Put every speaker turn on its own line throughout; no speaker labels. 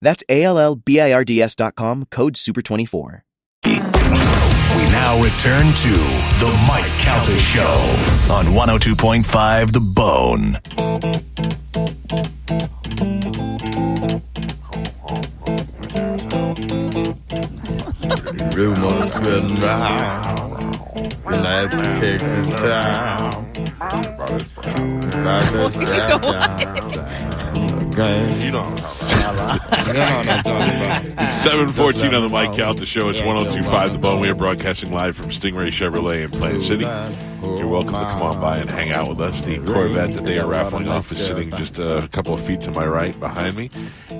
That's A-L-L-B-I-R-D-S dot com, code SUPER24.
We now return to the Mike Calta Show on 102.5 The Bone.
Rumors spread around in that Texas town. About the
know
south down. Okay.
You know what I'm talking
You know what I'm talking about.
about. 714 on the Mike
That's
Count the show. It's
Yeah.
1025 The Bone. We are broadcasting live from Stingray Chevrolet in Plain City. You're welcome to come on by and hang out with us. The Corvette that they are raffling off is sitting just a couple of feet to my right behind me,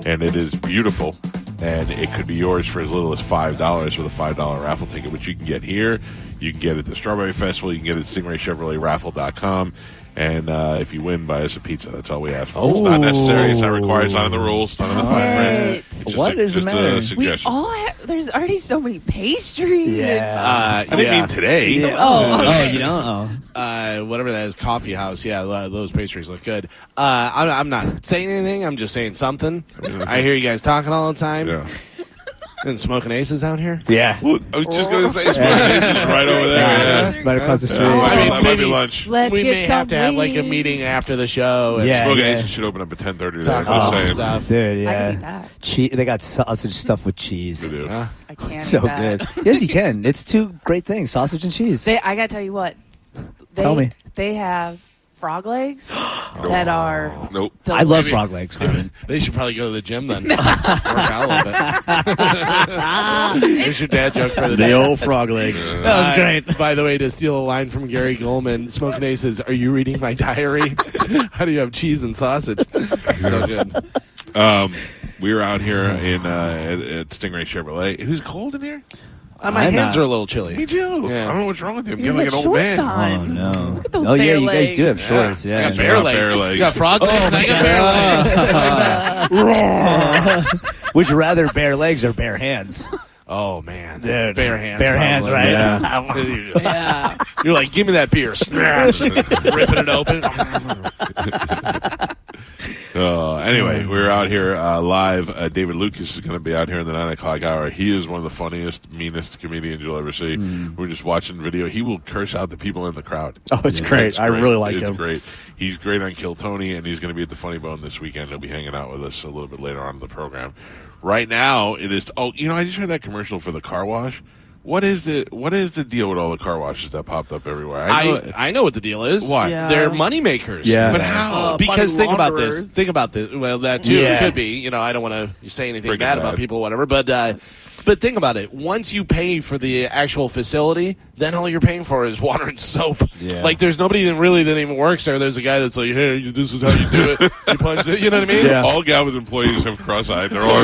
and it is beautiful. And it could be yours for as little as five dollars with a five dollar raffle ticket, which you can get here. You can get it at the Strawberry Festival. You can get it at StingrayChevroletRaffle.com. And uh, if you win, buy us a pizza. That's all we ask for. It's not necessary. It's not required. It's not in the rules. It's not in the fine print.
Right.
It's just
What
a,
is the
just a
matter? We
We
suggestion.
all have. There's already so many pastries.
Yeah.
I didn't mean today.
Yeah.
Oh, okay.
Oh, you don't?
uh, whatever that is, coffee house. Yeah, lo- those pastries look good. Uh, I'm, I'm not saying anything. I'm just saying something. I hear you guys talking all the time
Mm-hmm. Yeah.
and smoking aces out here.
Yeah.
Ooh, I was just going to say, it's right over there.
Oh. Yeah.
Yeah.
Yeah.
Right across the
Yeah.
street.
Might be-
Oh,
that might be
maybe-
lunch.
Let's
we
get
may
some
have to have like a
weed.
meeting after the show. and
Yeah.
Smoke Asian should open up at 10.30 today. I'm just
Talk about
saying.
some stuff.
Dude,
I
yeah.
can eat that.
Che- they got sausage stuff with cheese.
We do.
Huh?
I can't.
So
eat that.
good. Yes, you can. It's two great things: sausage and cheese.
They, I gotta tell you what. They,
Tell me.
They have frog legs that are.
Nope.
The
I love frog legs. Carmen.
They should probably go to the gym then. Work out a little bit. There's your dad joke for the day. The old frog legs. That
was great.
by the way, to steal a line from Gary Goldman, Smoking Aces, are you reading my diary? How do you have cheese and sausage? so good. Uh,
Um, we were out here in uh, at, at Stingray Chevrolet. It is cold in here.
Uh, my
I'm
hands
not-
are a little
Me
chilly.
too. I
Yeah.
don't know what's wrong with him.
He's
Getting like an
got
old
shorts
man.
on.
Oh no!
Look at those
oh yeah,
bare
you guys do have
legs.
shorts. Yeah.
I got bear
Yeah,
legs.
bear legs.
You got frog legs. I got bear legs.
Would you rather bare legs or bare hands?
Oh man,
Dude.
bare hands.
Bare hands,
probably.
right?
Yeah. You're just-
Yeah.
You're like, give me that beer. Snatch. Ripping it open.
Uh,
Oh,
anyway, we're out here uh, live. Uh, David Lucas is going to be out here in the nine o'clock hour. He is one of the funniest, meanest comedians you'll ever see. We're just watching video. He will curse out the people in the crowd.
Hmm. Oh, it's great. I really like
It's
him.
Great. He's great on Kill Tony, and he's going to be at the Funny Bone this weekend. He'll be hanging out with us a little bit later on in the program. Right now, it is. Oh, you know, I just heard that commercial for the car wash. What is the What is the deal with all the car washes that popped up everywhere?
I, I know what the deal is.
Why?
Yeah.
They're moneymakers.
Yeah.
but
But
how?
Uh,
because
money
think about
launderers.
this. Think about this. Well, that too
Yeah.
could be. You know, I don't want to say anything
Freaking
bad
bad.
about people, whatever. But uh, but think about it. Once you pay for the actual facility, then all you're paying for is water and soap.
Yeah.
Like there's nobody that really that even works there. There's a guy that's like, hey, you- this is how you do it. you punch it. You know what I mean?
Yeah.
All Galvin's employees have cross-eyed. They're all.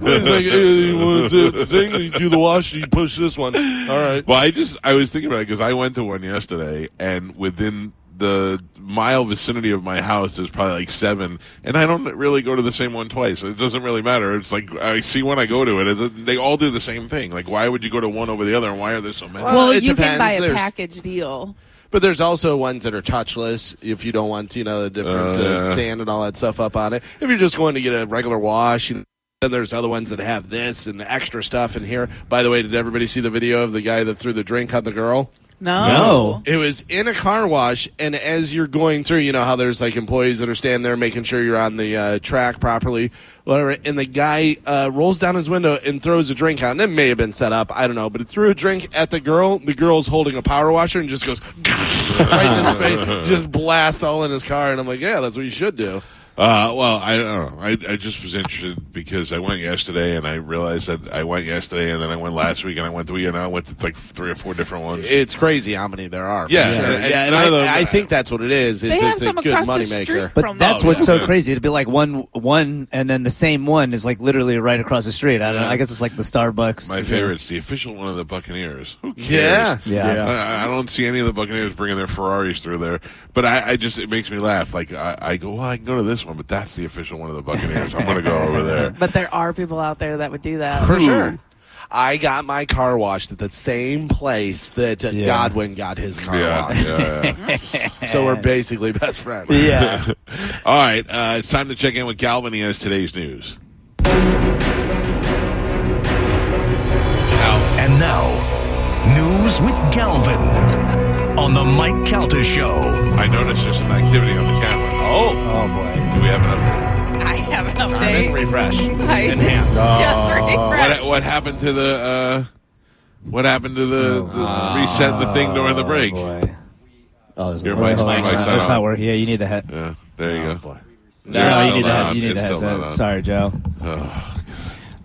like, uh, hey, you want to do the thing? You do the wash. You push this one. All right.
Well, I just I was thinking about it because I went to one yesterday, and within the mile vicinity of my house, there's probably like seven, and I don't really go to the same one twice. It doesn't really matter. It's like I see one, I go to it. it. They all do the same thing. Like, why would you go to one over the other, and why are there so many?
well,
it
you can buy a
depends. There's-
package deal.
But there's also ones that are touchless if you don't want, you know, the different uh,
Uh.
sand and all that stuff up on it. If you're just going to get a regular wash, you know, then there's other ones that have this and extra stuff in here. By the way, did everybody see the video of the guy that threw the drink on the girl?
No.
It was in a car wash, and as you're going through, you know how there's like employees that are standing there making sure you're on the uh, track properly, whatever. And the guy uh, rolls down his window and throws a drink out. And it may have been set up, I don't know, but it threw a drink at the girl. The girl's holding a power washer and just goes right in his face, just blast all in his car. And I'm like, yeah, that's what you should do.
Uh, well, I don't know. I, I just was interested because I went yesterday and I realized that I went yesterday and then I went last week and I went the week and I went to like three or four different ones.
It's crazy how many there are. for
Yeah,
sure.
yeah,
and,
yeah,
and
none of them-
I, I think that's what it is. Is
They have
it's a
some
good
across the
moneymaker.
street.
But
From
that's
those.
what's so
Yeah.
crazy. It'd be like one, one, and then the same one is like literally right across the street. I don't. know. I guess it's like the Starbucks.
My favorite's the official one of the Buccaneers. Who cares?
Yeah.
Yeah.
I, I don't see any of the Buccaneers bringing their Ferraris through there, but I, I just it makes me laugh. Like I, I go, well, I can go to this one, but that's the official one of the Buccaneers. I'm going to go over there.
But there are people out there that would do that.
Hmm.
For sure. I got my car washed at the same place that uh
Yeah.
Godwin got his car
Yeah,
washed.
yeah, yeah.
So we're basically best friends.
Yeah.
All right, uh, it's time to check in with Galvin. He has today's news.
And now, news with Galvin on the Mike Calta Show.
I noticed there's some activity on the camera. Oh,
Oh boy.
do we have an update?
I have an update.
Refresh.
I
Enhance. Oh.
just refreshed.
What, what happened to the? Uh, what happened to the, the reset the thing during the break?
Oh. Ah, Boy. Oh, there's
Your
one-
mic's-
oh,
mic's
that's
not
that's
on.
not Oh, working. Yeah, you need the head.
Yeah, there you go.
No,
It's still
you need the
not
head.
on.
You need
It's
the
still not
headset.
on.
Sorry, Joe.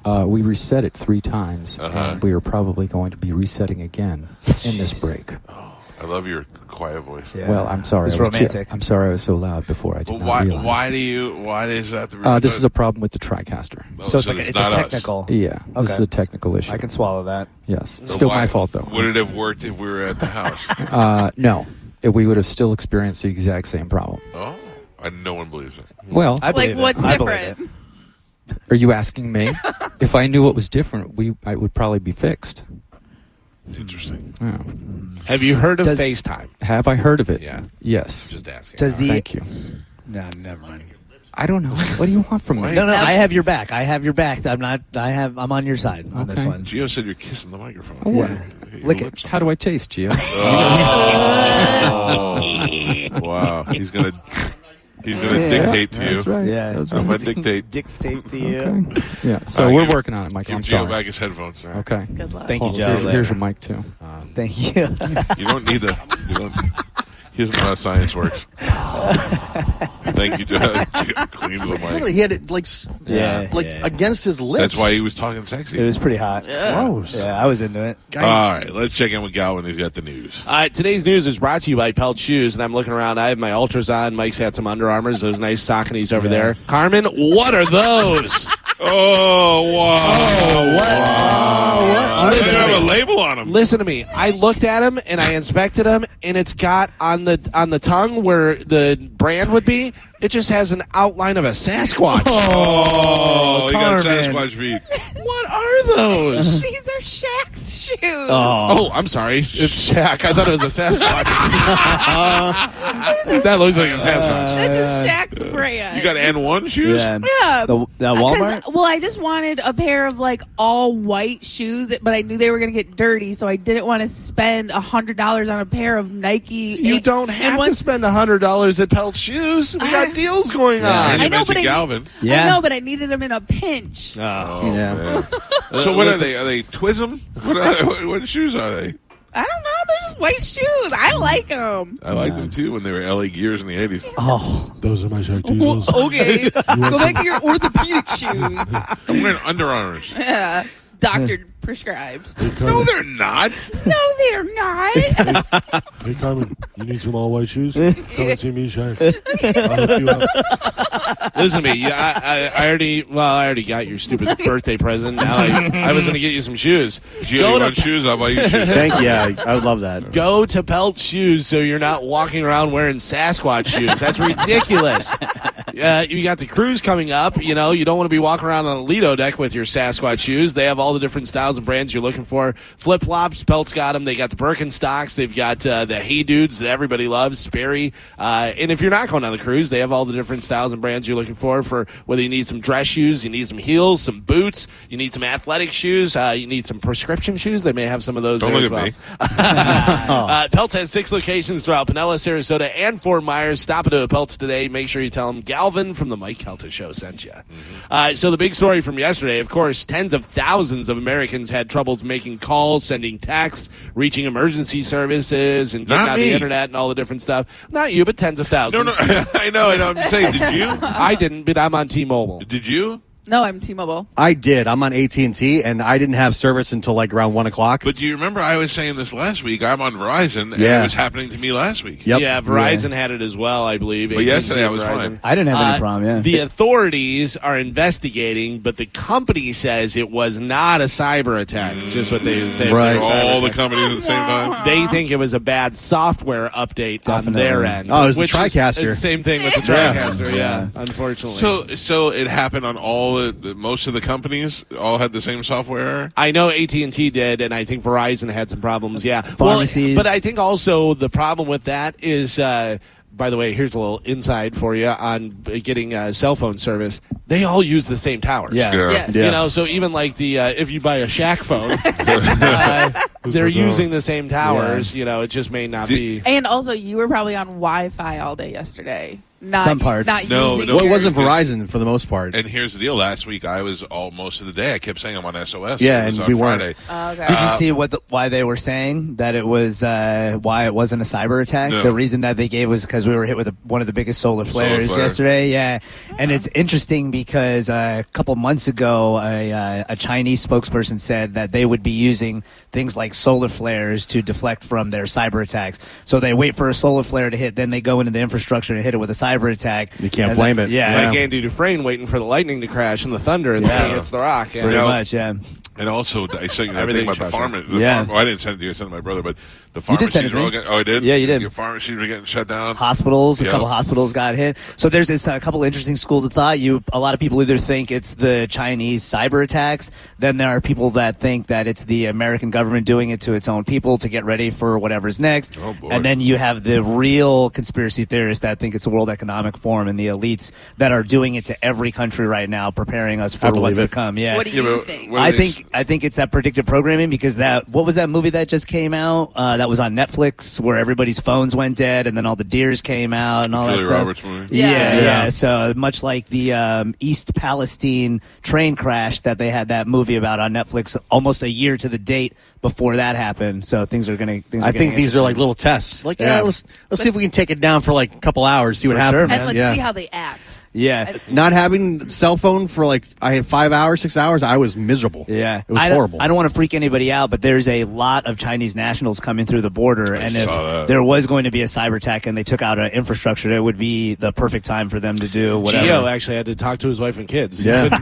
Uh, we reset it three times, and we are probably going to be resetting again in this break.
I love your quiet voice.
Yeah.
Well, I'm sorry.
It's
I was too-
romantic.
I'm sorry I was so loud before. I did
Well,
not
why?
realize.
Why do you? Why does that? have to be
Uh, this
reset?
is a problem with the TriCaster.
Oh,
so it's like a,
it's
it's a
not us.
technical.
Yeah, this
Okay.
is a technical issue.
I can swallow that.
yes,
So
still
why-
my fault though.
Would it have worked if we were at the house?
Uh, no, It- we would have still experienced the exact same problem.
oh, and no one believes it.
Well,
I believe it.
what's
I believe
different?
it.
are you asking me? if I knew it was different, we I would probably be fixed.
Interesting.
Yeah.
Have you heard of
Does-
FaceTime?
Have I heard of it?
Yeah.
Yes.
Just asking.
Does the
Thank you.
no? Never mind.
I don't know. What do you want from me?
No, no. I have your back. I have your back. I'm not. I have. I'm on your side on this
Okay.
one.
Gio said you're kissing the microphone.
Oh, what?
Your
Lick it.
lips on
How do I taste, Gio?
Oh, wow. He's gonna. He's gonna dictate to you.
That's right.
Yeah.
That's
I'm
right.
gonna dictate.
Dictate to
Okay. Uh, Yeah. So
All right,
we're
give-
working on it, Mike.
Give
I'm
Gio
sorry.
back his headphones.
Okay.
Good luck.
Thank you,
Oh,
Joe.
here's, here's your mic too.
Thank you.
You don't need the. You don't, he doesn't know how science works. Thank you, Gio. Gio cleans the mic.
Really, he had it like s-
Yeah,
like
yeah.
against his lips.
That's why he was talking sexy.
it was pretty hot.
gross.
Yeah, I was into it.
All right, let's check in with Galvin. He's got the news.
Uh, today's news is brought to you by Pelt Shoes, and I'm looking around. I have my Ultras on. Mike's had some Under Armours, those nice Sauconies over there. Carmen, what are
Uh,
those?
Oh, wow. Oh, what? Wow. They
Listen to
have a
me.
label on them.
Listen to me. I looked at them and I inspected them, and it's got on the on the tongue where the brand would be. It just has an outline of a Sasquatch.
Oh, he got
Carmen.
Sasquatch feet.
What are those?
These are Shaq's shoes.
Oh, I'm sorry. It's Shaq. I thought it was a Sasquatch. that looks like a Sasquatch.
This is Shaq's brand.
You got N1 shoes?
Yeah.
Yeah.
The, the
Uh, 'Cause-
Walmart.
Well, I just wanted a pair of like all white shoes, but I knew they were going to get dirty, so I didn't want to spend a hundred dollars on a pair of Nike.
You
and-
don't
and
have
one-
to spend hundred dollars at Pelt Shoes. We got
I-
deals going
And
on.
you
I know,
mentioned
but I-
Galvin.
Yeah.
I know, but I needed them in a pinch.
yeah.
So what are they? Are they Twism? What, are, what, what shoes are they?
I don't know. They're just white shoes. I like them.
I liked them too when they were LA Gears in the 80s.
Oh,
Those are my shark
Well, okay. Go back to your orthopedic shoes.
I'm wearing Under Armours.
Yeah. Doctor prescribes.
No, they're not.
No, they're not.
Hey, Carmen, you need some all white shoes? Come and see me, Shark. I'll hook you up.
Listen to me. You, I, I, I already well, I already got your stupid birthday present. Now I, I was going to get you some shoes.
Gio, you
Go to-
want shoes? I'll buy you shoes.
Thank you. Yeah, I would love that.
Go to Pelt Shoes so you're not walking around wearing Sasquatch shoes. That's ridiculous. Uh, you got the cruise coming up. You know, you don't want to be walking around on a Lido deck with your Sasquatch shoes. They have all the different styles and brands you're looking for. Flip flops, Pelt's got them. They got the Birkenstocks. They've got uh, the Hey Dudes that everybody loves, Sperry. Uh, and if you're not going on the cruise, they have all the different styles and brands you're looking for. For whether you need some dress shoes, you need some heels, some boots, you need some athletic shoes, uh, you need some prescription shoes. They may have some of those.
Don't
there
look
as
at
well.
me.
Uh, Pelts has six locations throughout Pinellas, Sarasota, and Fort Myers. Stop into a Pelts today. Make sure you tell them Galvin Calvin from the Mike Calta Show sent you.
Mm-hmm.
Uh, so the big story from yesterday, of course, tens of thousands of Americans had troubles making calls, sending texts, reaching emergency services, and getting
Not
on
me.
the internet and all the different stuff. Not you, but tens of
No,
thousands.
no, I know. I know. I'm saying, did you?
I didn't, but I'm on T-Mobile.
Did you?
No, I'm T-Mobile.
I did. I'm on AT and T, and I didn't have service until like around one o'clock.
But do you remember I was saying this last week? I'm on Verizon, and
Yeah.
it was happening to me last week.
Yep.
Yeah, Verizon had it as well, I believe.
But yesterday I was
Verizon.
fine.
I didn't have any
Uh,
problem. Yeah.
The authorities are investigating, but the company says it was not a cyber attack. Just what they say.
Right.
Cyber
All the
attack.
companies at the same time.
They think it was a bad software update
Definitely.
on their end.
Oh, it was the
Which is-
TriCaster.
it's the same thing with the
Yeah.
TriCaster, yeah.
Yeah.
unfortunately.
So, so it happened on all the, the most of the companies. All had the same software. error?
I know AT and T did, and I think Verizon had some problems. Yeah,
Pharmacies.
Well, but I think also the problem with that is, uh, by the way, here's a little inside for you on uh, getting uh, cell phone service. They all use the same towers.
Yeah.
Yes.
Yeah.
You know, so even like the uh, if you buy a Shack phone, uh, they're using the same towers. You know, it just may not
Did-
be.
And also, you were probably on Wi-Fi all day yesterday. Not,
Some parts.
Not
No,
using
no.
Well, it
yours.
wasn't Verizon for the most part.
And here's the deal. Last week I was all most of the day. I kept saying I'm on SOS.
Yeah,
It was
and
on
we weren't.
Friday.
Oh, okay.
Did you
Uh,
see what the, why they were saying that it was uh, why it wasn't a cyber attack?
No.
The reason that they gave was because we were hit with a, one of the biggest solar flares
flare.
yesterday. Yeah, and it's interesting because uh, a couple months ago, a, uh, a Chinese spokesperson said that they would be using things like solar flares to deflect from their cyber attacks. So they wait for a solar flare to hit, then they go into the infrastructure and hit it with a cyber attack.
You can't
And
blame
then-
it.
Yeah,
It's
Yeah.
like Andy Dufresne waiting for the lightning to crash and the thunder, and then
Yeah.
he hits the rock. And
pretty
know,
much. Yeah.
And also, I sent that thing
Everything
about the
shut
farm. The
Yeah.
farm- oh, I didn't send it to you. I sent it to my brother, but the
You did
pharmacies
send it to
were all
me.
getting, Oh, I did.
Yeah, you did.
The pharmacies were getting shut down.
hospitals. A
Yeah.
couple hospitals got hit. So there's this a couple interesting schools of thought. You a lot of people either think it's the Chinese cyber attacks. Then there are people that think that it's the American government doing it to its own people to get ready for whatever's next.
Oh, boy.
and then you have the real conspiracy theorists that think it's the World Economic Forum and the elites that are doing it to every country right now, preparing us for
believe
what's to
it.
come. Yeah.
What do you
Yeah, but
think?
what do
I
they
think I think it's that predictive programming because that what was that movie that just came out uh, that was on Netflix where everybody's phones went dead and then all the deers came out and all
Julia
that stuff.
Roberts movie.
Yeah,
Yeah.
yeah,
Yeah.
So much like the um, East Palestine train crash that they had that movie about on Netflix almost a year to the date before that happened. So things are gonna. Things
I think these are like little tests. Like, yeah,
Yeah.
let's let's see if we can take it down for like a couple hours, see what
For sure,
happens.
man.
and let's
yeah.
see how they act.
yeah.
Not having cell phone for like I had five hours, six hours. I was miserable.
Yeah,
it was
I don't-
horrible.
I don't want to freak anybody out, but there's a lot of Chinese nationals coming through the border, and if
saw that.
there was going to be a cyber attack and they took out an infrastructure, it would be the perfect time for them to do whatever.
Geo actually had to talk to his wife and kids. He
Yeah.
couldn't-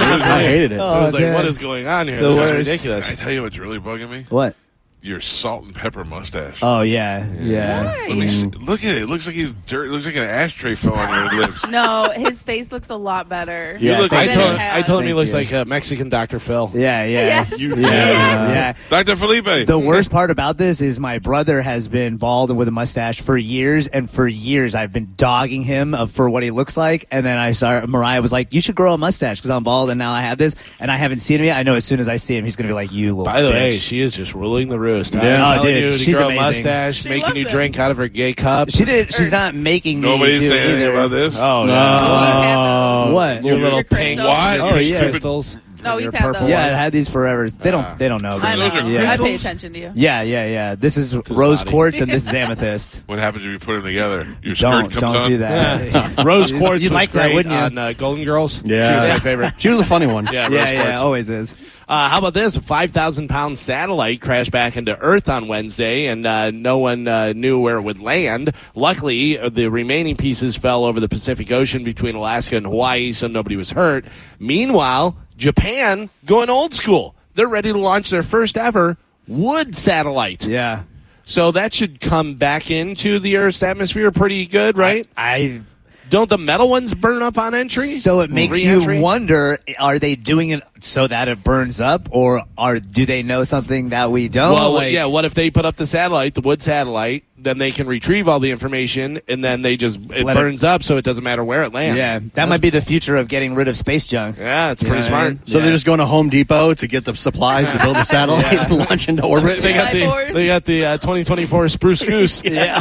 Yeah.
I hated it.
it was
Oh,
like,
dude.
what is going on here?
The
this
worst.
is ridiculous.
I tell you what's really bugging me?
What?
Your salt and pepper mustache.
Oh yeah, yeah.
Let me see. Look at it. It looks like he's dirt. It looks like an ashtray fell on your lips.
No, his face looks a lot better.
Yeah,
look
I
like
than it
told,
Better
I told him he
Thank
looks
you.
like a Mexican Dr. Phil.
Yeah, yeah,
Yes.
You-
Yes.
yeah.
Dr. Felipe.
The worst part about this is my brother has been bald and with a mustache for years, and for years I've been dogging him uh, for what he looks like. And then I saw Mariah was like, "You should grow a mustache because I'm bald, and now I have this, and I haven't seen him yet. I know as soon as I see him, he's gonna be like, you little."
By the way,
bitch."
she is just ruling the roost. I'm
Yeah.
Oh,
telling
dude,
you, to
she's
grow a
amazing.
mustache,
She
making
loves
you
it.
drink out of her gay cup.
She did. She's not making me.
Nobody's
do
saying anything
either.
about this.
oh,
Oh,
no.
he's had those.
What?
Your little
Your
pink.
crystals.
Why?
Oh,
Your
yeah.
stupid-
Crystals.
No, he's
Your
had
purple
those.
Yeah, I had these forever. They
Ah.
don't. They don't know.
I
Those
know.
are
I
crystals?
pay attention to you.
Yeah, yeah, yeah. This is rose
body.
quartz and this is amethyst.
What happens if you put them together? Your
don't
skirt comes
don't
on?
do that.
Rose
You'd-
Quartz
you'd
was
like that,
great
wouldn't you?
on uh, Golden Girls.
Yeah.
She was my favorite.
She was a funny one.
Yeah, Rose
yeah, yeah.
Quartz.
Always is.
Uh, how about this? A 5,000 pound satellite crashed back into Earth on Wednesday, and uh, no one uh, knew where it would land. Luckily, uh, the remaining pieces fell over the Pacific Ocean between Alaska and Hawaii, so nobody was hurt. Meanwhile, Japan going old school. They're ready to launch their first ever wood satellite.
Yeah.
So that should come back into the Earth's atmosphere pretty good, right?
I.
Don't the metal ones burn up on entry?
So it makes
Re-entry?
you wonder: Are they doing it so that it burns up, or are do they know something that we don't?
Well,
Like-
yeah. What if they put up the satellite, the wood satellite? then they can retrieve all the information, and then they just it
Let it-
burns up, so it doesn't matter where it lands.
Yeah, that might be the future of getting rid of space junk.
yeah, it's pretty
Yeah,
smart.
So they're just going to Home Depot to get the supplies to build a satellite and launch into orbit.
They got the
Cyborgs.
they got the uh, 2024 spruce goose.
Yeah.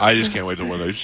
I just can't wait to when they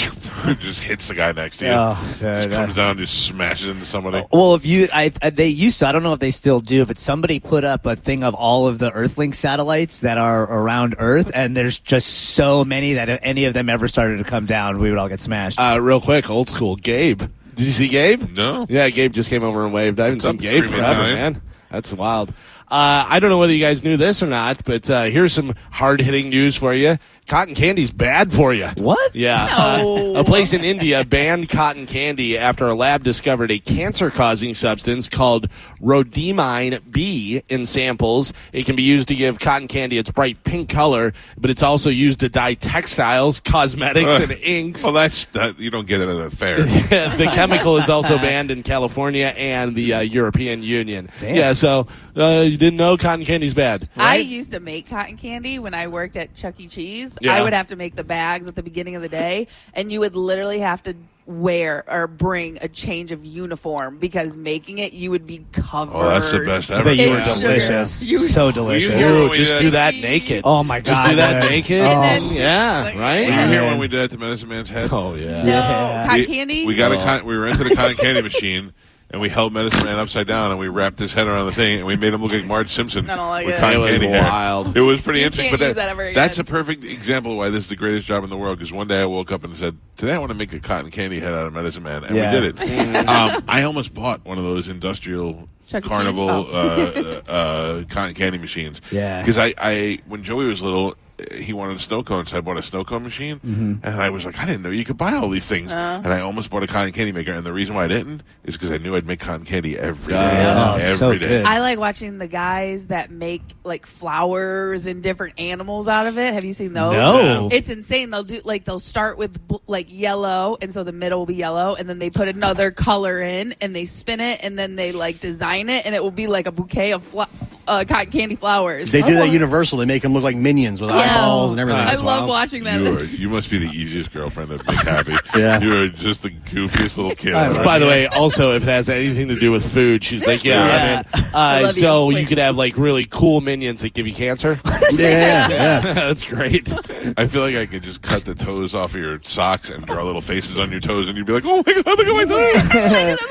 just hits the guy next to you.
Oh,
just
dude,
comes down, just smashes into somebody.
Well, if you, I, I- they used to. I don't know if they still do, but somebody put up a thing of all of the Earthlink satellites that are around Earth, and there's just so many that if any of them ever started to come down, we would all get smashed.
Uh, real quick, old school Gabe. Did you see Gabe?
No.
Yeah, Gabe just came over and waved. I haven't
up,
seen Gabe
Creepy
forever,
Time?
man. That's wild. Uh, I don't know whether you guys knew this or not, but uh, here's some hard hitting news for you. Cotton candy's bad for you.
what?
Yeah.
No.
Uh, a place in India banned cotton candy after a lab discovered a cancer causing substance called rhodamine B in samples. It can be used to give cotton candy its bright pink color, but it's also used to dye textiles, cosmetics, and inks.
Well, that's that, you don't get it at a fair.
the chemical is also banned in California and the uh, European Union.
Damn.
Yeah, so uh, you didn't know cotton candy's bad.
I
right?
used to make cotton candy when I worked at Chuck E. Cheese.
Yeah.
I would have to make the bags at the beginning of the day, and you would literally have to wear or bring a change of uniform because making it, you would be covered.
Oh, that's the best ever.
But you were
It's sugar.
delicious.
You-
so delicious.
You-
Ew, just do that naked.
oh my god.
just do that
dude.
naked.
Oh.
then-
yeah,
Like-
right.
Did you hear when
Man.
we did that to Medicine Man's head?
Oh yeah.
No,
Yeah.
cotton
we,
candy.
We
Oh.
got a con- we rented a cotton candy machine and we held Medicine Man upside down and we wrapped his head around the thing and we made him look like Marge Simpson
I don't like
with
it.
cotton
It was
candy hair.
wild.
It was pretty
You
interesting.
can't
but
use that ever again.
that's a perfect example of why this is the greatest job in the world. Because one day I woke up and said, "Today I want to make a cotton candy head out of Medicine Man," and
Yeah.
we did it. um, I almost bought one of those industrial
Chuck E. Cheese?
carnival
Oh.
uh, uh, uh, cotton candy machines.
Yeah.
Because I, I, when Joey was little, uh, he wanted a snow cone, so I bought a snow cone machine.
Mm-hmm.
And I was like, I didn't know you could buy all these things.
Uh-huh.
And I almost bought a cotton candy maker. And the reason why I didn't is because I knew I'd make cotton candy every day.
Yeah. Oh, so
Every day.
good.
I like watching the guys that make like flowers and different animals out of it. Have you seen those?
No.
It's insane. They'll do like they'll start with bl- like yellow, and so the middle will be yellow, and then they put another color in, and they spin it, and then they like design it, and it will be like a bouquet of fl- uh, cotton candy flowers.
They do that universal. They make them look like minions with
Yeah.
eyeballs and everything.
I
It's
love
wild.
watching that.
You, are, you must be the easiest girlfriend that makes happy.
Yeah.
You are just the goofiest little kid. ever.
I'm-
By the way, also if it has anything to do with food, she's like, yeah. I mean, uh,
love you.
so you
Wait.
could have like really cool minions that give you cancer.
Yeah, yeah.
That's great.
I feel like I could just cut the toes off of your socks and draw little faces on your toes, and you'd be like, "Oh my god, look at my toes!"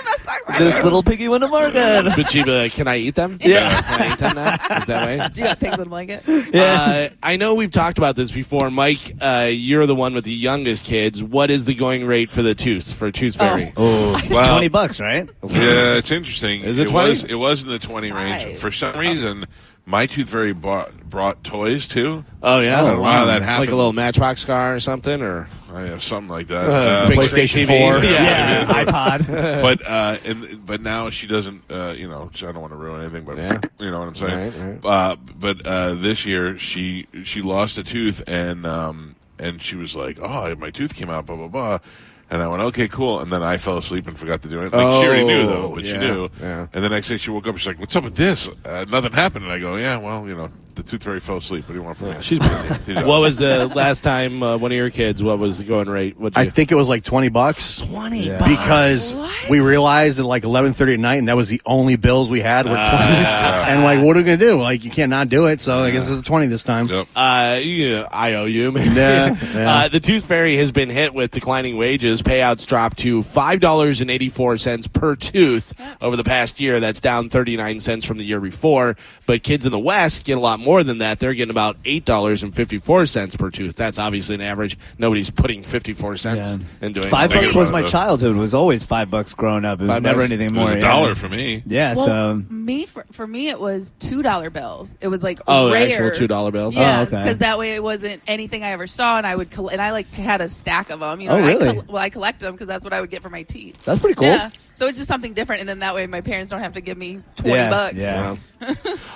This little piggy went to market.
But she be like, can I eat them?
Yeah.
Can I eat them now? Is that right?
Do you got pigs in a blanket?
Uh, I know we've talked about this before, Mike. Uh, you're the one with the youngest kids. What is the going rate for the tooth for Tooth Fairy?
Oh,
Wow.
twenty bucks, right?
Yeah, it's interesting.
Is it 20?
was it was in the twenty range
Five.
for some reason. My tooth fairy bought, brought toys too.
Oh, yeah,
Oh, wow, that
Like
happened.
a little Matchbox car or something, or
I have something like that. Um,
Uh,
Big
PlayStation
screen
4.
TV.
Yeah, iPod.
but uh, and but now she doesn't. Uh, you know, I don't want to ruin anything, but
Yeah.
you know what I'm saying.
Right,
Uh, but uh, this year she she lost a tooth and um, and she was like, oh, my tooth came out, blah blah blah. And I went, okay, cool. And then I fell asleep and forgot to do it. Like she already knew though what she
yeah,
knew.
Oh, yeah.
And the next day she woke up. She's like, what's up with this? Uh, nothing happened. And I go, yeah, well, you know, the tooth fairy fell asleep. What do you want from me?
she's busy.
You know.
what was the last time uh, one of your kids? What was the going rate? What
I think it was like twenty bucks. Twenty bucks because we realized at like eleven thirty at night, and that was the only bills we had were twenties. and like, what are we gonna do? Like, you can't not do it. So I guess it's a twenty this time.
Yep.
Uh, you know, IOU, maybe.
Yeah, yeah.
Uh, the Tooth Fairy has been hit with declining wages. Payouts dropped to $5.84 per tooth over the past year. That's down 39 cents from the year before. But kids in the West get a lot more than that. They're getting about $8.54 per tooth. That's obviously an average. Nobody's putting 54 cents
Yeah.
into it.
Five
Thinking
bucks was
about
my
it, though.
childhood. It was always five bucks growing up. It was
Five
never
bucks.
anything
It was
more.
a
yeah.
dollar for me.
Yeah,
Well,
so
me for, for me it was two dollar bills. It was like
Oh, the
rare.
actual $2 bill?
Oh,
Yeah,
okay.
because that way it wasn't anything I ever saw, and I would coll- and I like had a stack of them. You know,
Oh,
and I
really?
col- well, I collect them because that's what I would get for my teeth.
that's pretty cool.
Yeah, so it's just something different, and then that way my parents don't have to give me twenty
Yeah,
bucks.
yeah.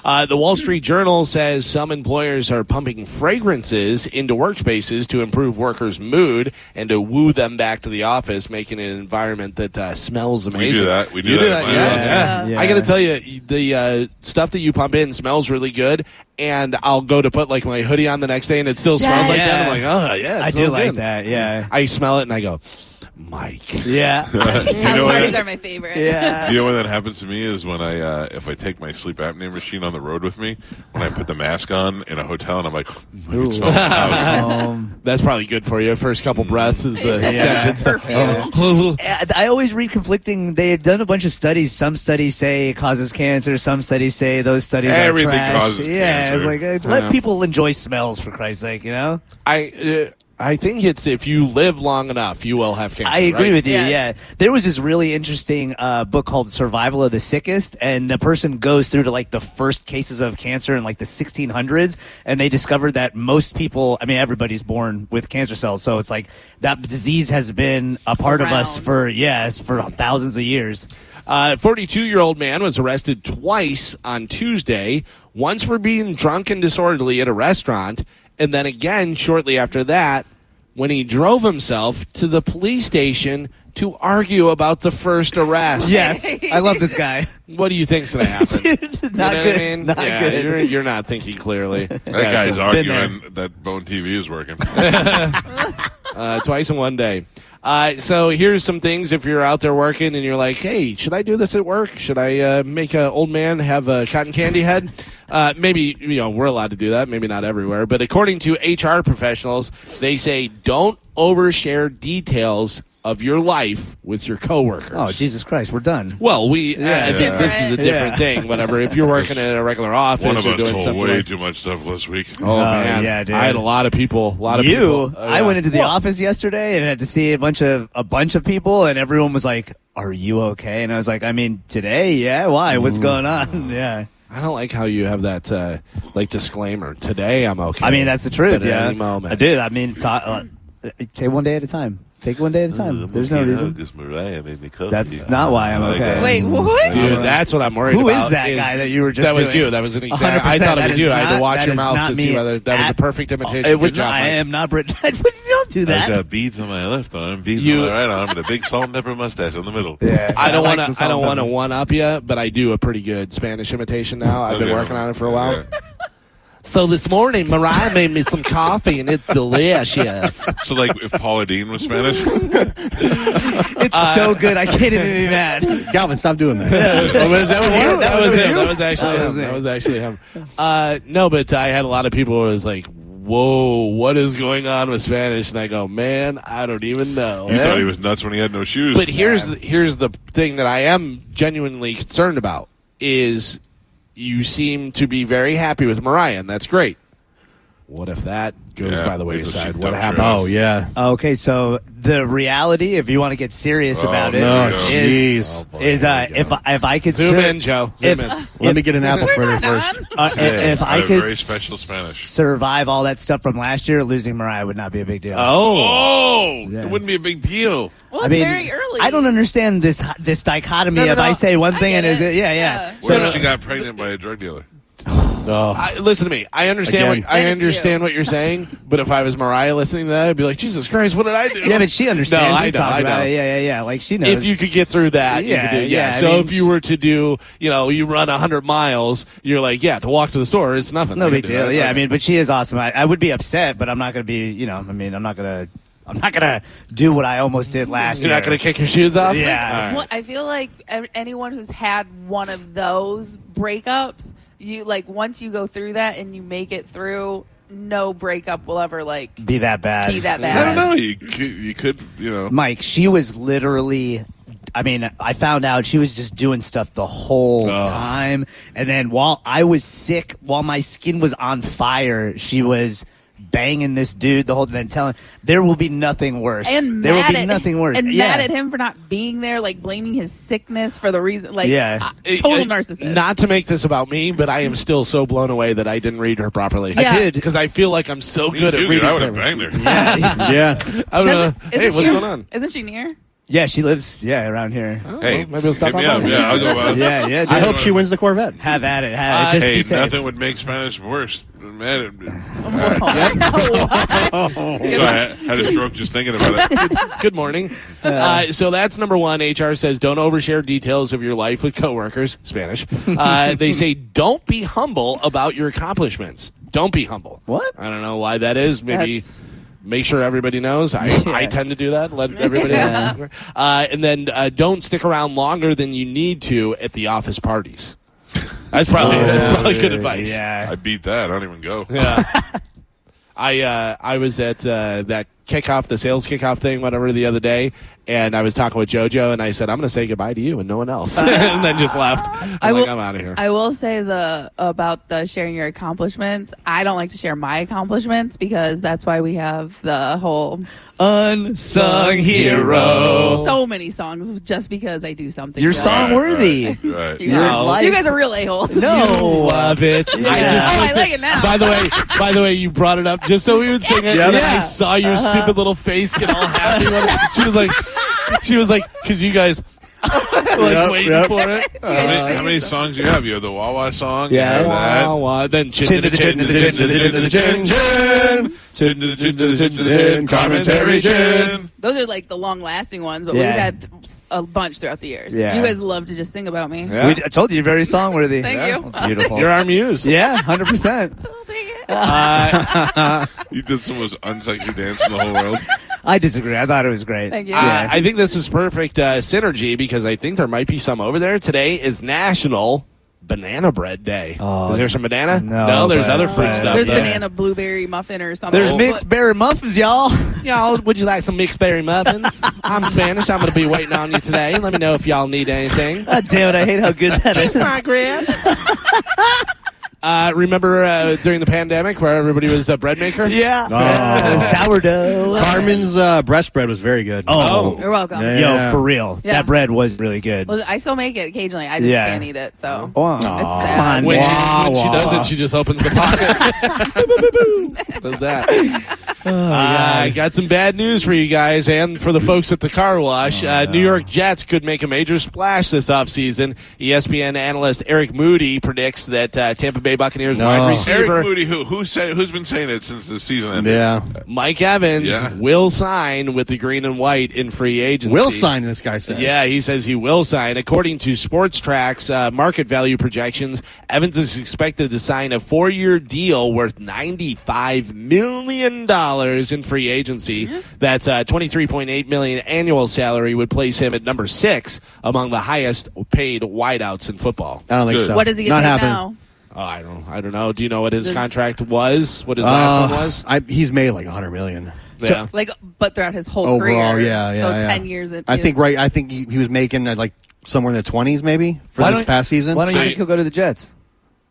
Uh, the Wall Street Journal says some employers are pumping fragrances into workspaces to improve workers' mood and to woo them back to the office, making an environment that uh, smells amazing.
that. We do
You
that at my
yeah,
house.
yeah.
Yeah.
I got to tell you, the uh, stuff that you pump in smells really good, and I'll go to put like my hoodie on the next day, and it still smells like that. I'm like, oh yeah, it
I do
smells
like
good."
that. Yeah.
I smell it and I go, Mike.
Yeah.
You know what?
parties are my favorite.
yeah.
Do you know when that happens to me is when I uh, if I take my sleep apnea machine on the road with me when I put the mask on in a hotel and I'm like I can smell the house.
Um,
That's probably good for you. First couple breaths is the Oh. scented stuff.
I I always read conflicting. They've done a bunch of studies. Some studies say it causes cancer. Some studies say those studies
Everything
are trash.
causes
yeah,
cancer.
it's like uh, let
Yeah.
people enjoy smells for Christ's sake. You know.
I uh, I think it's if you live long enough, you will have cancer.
I agree
right?
with you.
Yes.
Yeah, there was this really interesting uh, book called "Survival of the Sickest," and the person goes through to like the first cases of cancer in like the 1600s, and they discovered that most people, I mean, everybody's born with cancer cells, so it's like that disease has been a part of us
Around.
for yes for thousands of years.
A 42 year old Uh, man was arrested twice on Tuesday, once for being drunk and disorderly at a restaurant, and then again shortly after that when he drove himself to the police station to argue about the first arrest.
Yes, I love this guy.
What do you think's going to happen? You
not good.
know what I mean?
Not
Yeah,
good.
You're, you're not thinking clearly.
That
Yeah,
guy's
so-
arguing that Bone TV is working.
uh, twice in one day. Uh, so here's some things if you're out there working and you're like, hey, should I do this at work? Should I uh, make an old man have a cotton candy head? Uh, maybe you know we're allowed to do that. Maybe not everywhere, but according to HR professionals, they say don't overshare details of your life with your coworkers.
Oh Jesus Christ, we're done.
Well, we I think this is a different
Yeah.
thing. Whatever. If you're working in a regular office
One of
or
us
doing
told
something,
way
like-
too much stuff last week.
oh man,
yeah, dude.
I had a lot of people. A lot of
you,
people. Oh,
I
yeah.
went into the office yesterday and had to see a bunch of a bunch of people, and everyone was like, "Are you okay?" And I was like, "I mean, today, yeah. Why?
Mm.
What's going on?" yeah.
I don't like how you have that uh, like disclaimer. Today I'm okay.
I mean, that's the truth.
But at
yeah,
any moment.
I did. I mean, ta- uh, take one day at a time. Take one day at a time. There's no reason. That's not why I'm okay.
Wait,
Mm-hmm.
what?
Dude, that's what I'm worried
Who is
about.
that guy that you were just
That was
doing?
you. That was an exact. I thought
100%,
it was
that
you.
is
I had to
not-
watch
that
your
is
mouth to
not
see
me
whether that was a
at-
perfect imitation.
It was
Good job,
not, I
Mike.
am not Brit. don't do
I've
that.
got beads on my left arm, beads
You-
on my right arm, and a big salt and pepper mustache on the middle.
I don't
I like
want
the
to. I
sound
don't
of
want to
it.
one up you, but I do a pretty good Spanish imitation now. I've been
Okay.
working on it for a while.
Okay.
So this morning, Mariah made me some coffee, and it's delicious.
So, like, if Paula Dean was Spanish,
It's
uh,
so good. I can't even be mad.
Galvin, stop doing that. Oh, was that what you-
that was him. That was
That
actually him.
was
That
it.
was actually him. Uh, no, but I had a lot of people who was like, "Whoa, what is going on with Spanish?" And I go, "Man, I don't even know."
you thought he was nuts when he had no shoes.
But here's here's the thing that I am genuinely concerned about is you seem to be very happy with Mariah, and that's great. What if that goes
Yeah,
by the
maybe she
wayside?
dumped
What
her
happens?
ass.
Oh yeah.
Okay, so the reality, if you want to get serious
Oh,
about it,
no,
Oh
Yeah.
is-
jeez.
is uh, if I- if I could
Zoom
sur-
in, Joe. Zoom
if,
in.
Let me get an apple for you
We're not
first.
on.
uh, i- if I
Had a
could
very special Spanish.
survive all that stuff from last year, losing Mariah would not be a big deal.
Oh,
oh,
Yeah.
it wouldn't be a big deal.
Well,
I
it's
mean,
very early.
I don't understand this this dichotomy
No, no,
of
no.
I say one
I
thing
get
and is
it.
it yeah
Yeah.
yeah.
What
So-
if she got pregnant by a drug dealer?
Oh.
I, listen to me. I understand.
Again.
What, I
Then it's
understand
you.
what you're saying. But if I was Mariah listening to that, I'd be like, Jesus Christ, what did I do?
Yeah, but she understands.
No,
We've
I know,
talked
I
about
know.
it. Yeah, yeah, yeah. Like she knows.
if you could get through that, yeah, you
Yeah,
could do it. Yeah.
yeah, I
so
mean-
if you were to do, you know, you run hundred miles, you're like, yeah, to walk to the store, it's nothing.
no
I
big
can do
deal.
that.
Yeah,
Okay.
I mean, but she is awesome. I, I would be upset, but I'm not gonna be. You know, I mean, I'm not gonna. I'm not gonna do what I almost did last
you're
year.
not going to kick your shoes off.
Yeah.
All right.
Well, I feel like ev- anyone who's had one of those breakups, you like once you go through that and you make it through, no breakup will ever like
be that bad.
be that
I
bad.
don't know. You could, you could, you know.
Mike, she was literally. I mean, I found out she was just doing stuff the whole
Oh.
time. And then while I was sick, while my skin was on fire, she was banging this dude the whole time, telling there will be nothing worse.
And
there
mad
will be
at,
nothing worse.
And
yeah.
mad at him for not being there, like blaming his sickness for the reason. Like,
Yeah.
uh, total
Uh,
narcissist.
Not to make this about me, but I am still so blown away that I didn't read her properly.
I Yeah. did.
because I feel like I'm so
Me
good
too,
at
dude,
reading.
I would have
papers.
banged her.
Yeah.
I would've-
Doesn't-
uh, hey,
isn't
what's
she-
going on?
Isn't she near?
Yeah, she lives yeah around here.
Oh.
Hey,
maybe we'll stop
hit me
on
up.
by.
Yeah, I'll go out.
Yeah, yeah.
I
just
hope she wins the Corvette.
have at it. Have it. Just
Hey,
be safe.
nothing would make Spanish worse. Man, it, so I had, had a stroke just thinking about it.
Good morning. Uh, so that's number one. HR says don't overshare details of your life with coworkers. Spanish. Uh, they say don't be humble about your accomplishments. Don't be humble.
What?
I don't know why that is. Maybe
That's-
make sure everybody knows. I, I tend to do that. Let everybody know. Uh, and then uh, don't stick around longer than you need to at the office parties. That's probably that's probably good advice.
Yeah.
I beat that. I don't even go.
Yeah. I uh, I was at uh, that kickoff, the sales kickoff thing, whatever, the other day, and I was talking with JoJo, and I said, "I'm going to say goodbye to you and no one else," and then just left. I'm
I
like,
will-
"I'm out of here."
I will say the about the sharing your accomplishments. I don't like to share my accomplishments because that's why we have the whole
Unsung hero.
so many songs just because I do something.
You're
good.
song worthy.
Right.
You,
Your
guys-
life-
you guys are real a holes.
No.
Love it. I
Yeah.
just
Oh, I
looked
like
at-
it now.
By the way, by the way, you brought it up just so we would sing it.
Yeah.
and then I
Yeah.
saw your stupid little face get all happy. when it- she was like, she was like, because you guys like
Yep,
waiting
yep.
for it.
How many, how many songs do you have? You have the Wah Wah song.
Yeah.
You have that.
Wow, wow. uh, Then chin
Chin
to the chin to the chin to the chin to the chin.
Chin to the chin to the chin to the chin. Commentary chin.
Those are like the long lasting ones, but
Yeah.
we've had th- a bunch throughout the years.
Yeah.
You guys love to just sing about me.
We, I told you, you're very song worthy.
Thank
Yeah.
you.
Beautiful.
You're our muse.
yeah, hundred percent.
I'll take it.
You did the most unsexy dance in the whole world.
I disagree. I thought it was great.
Thank you.
Uh, I think this is perfect uh, synergy because I think there might be some over there. Today is National Banana Bread Day.
Oh,
is there some banana?
no,
there's
but-
other fruit
but-
stuff.
There's
though.
banana blueberry muffin or something.
oh.
There's
But-
mixed berry muffins, y'all.
Y'all, would you like some mixed berry muffins? I'm Spanish. I'm going to be waiting on you today. Let me know if y'all need anything.
God damn it! I hate how good that is.
Uh, remember uh, during the pandemic where everybody was a bread maker?
Yeah.
Oh.
Sourdough.
Carmen's uh, breast bread was very good.
Oh.
You're welcome.
Yeah.
Yo, for real.
Yeah.
That bread was really good.
Well, I still make it occasionally. I just
Yeah.
can't eat it. So
Oh,
it's
come
sad.
on,
When,
man.
she, when she
Wah,
does
wah.
it, she just opens the pocket. does that. Uh, I got some bad news for you guys and for the folks at the car wash. uh, New York Jets could make a major splash this offseason. E ESPN analyst Eric Moody predicts that uh, Tampa Bay Buccaneers wide receiver
Eric Moody, who who said who's been saying it since the season ended?
Yeah.
Mike Evans
Yeah.
will sign with the green and white in free agency.
Will sign, this guy says.
Yeah, he says he will sign. According to SportsTrack's uh, market value projections, Evans is expected to sign a four-year deal worth $95 million in free agency.
Mm-hmm.
That's uh, $23.8 million annual salary would place him at number six among the highest-paid wideouts in football.
I don't think
Good.
so.
What does he get
Not
paid
happening.
now?
Oh, I don't, I don't know. Do you know what his
Does-
contract was? What his last
Uh,
one was?
I, he's made like 100 million
yeah.
Like, but throughout his whole
overall.
career.
Yeah, yeah.
So
yeah.
ten years. At,
I think right. I think he, he was making uh, like somewhere in the 20s maybe for
Why
this
don't-
past season.
Why don't
So
you
you-
think he'll go to the Jets?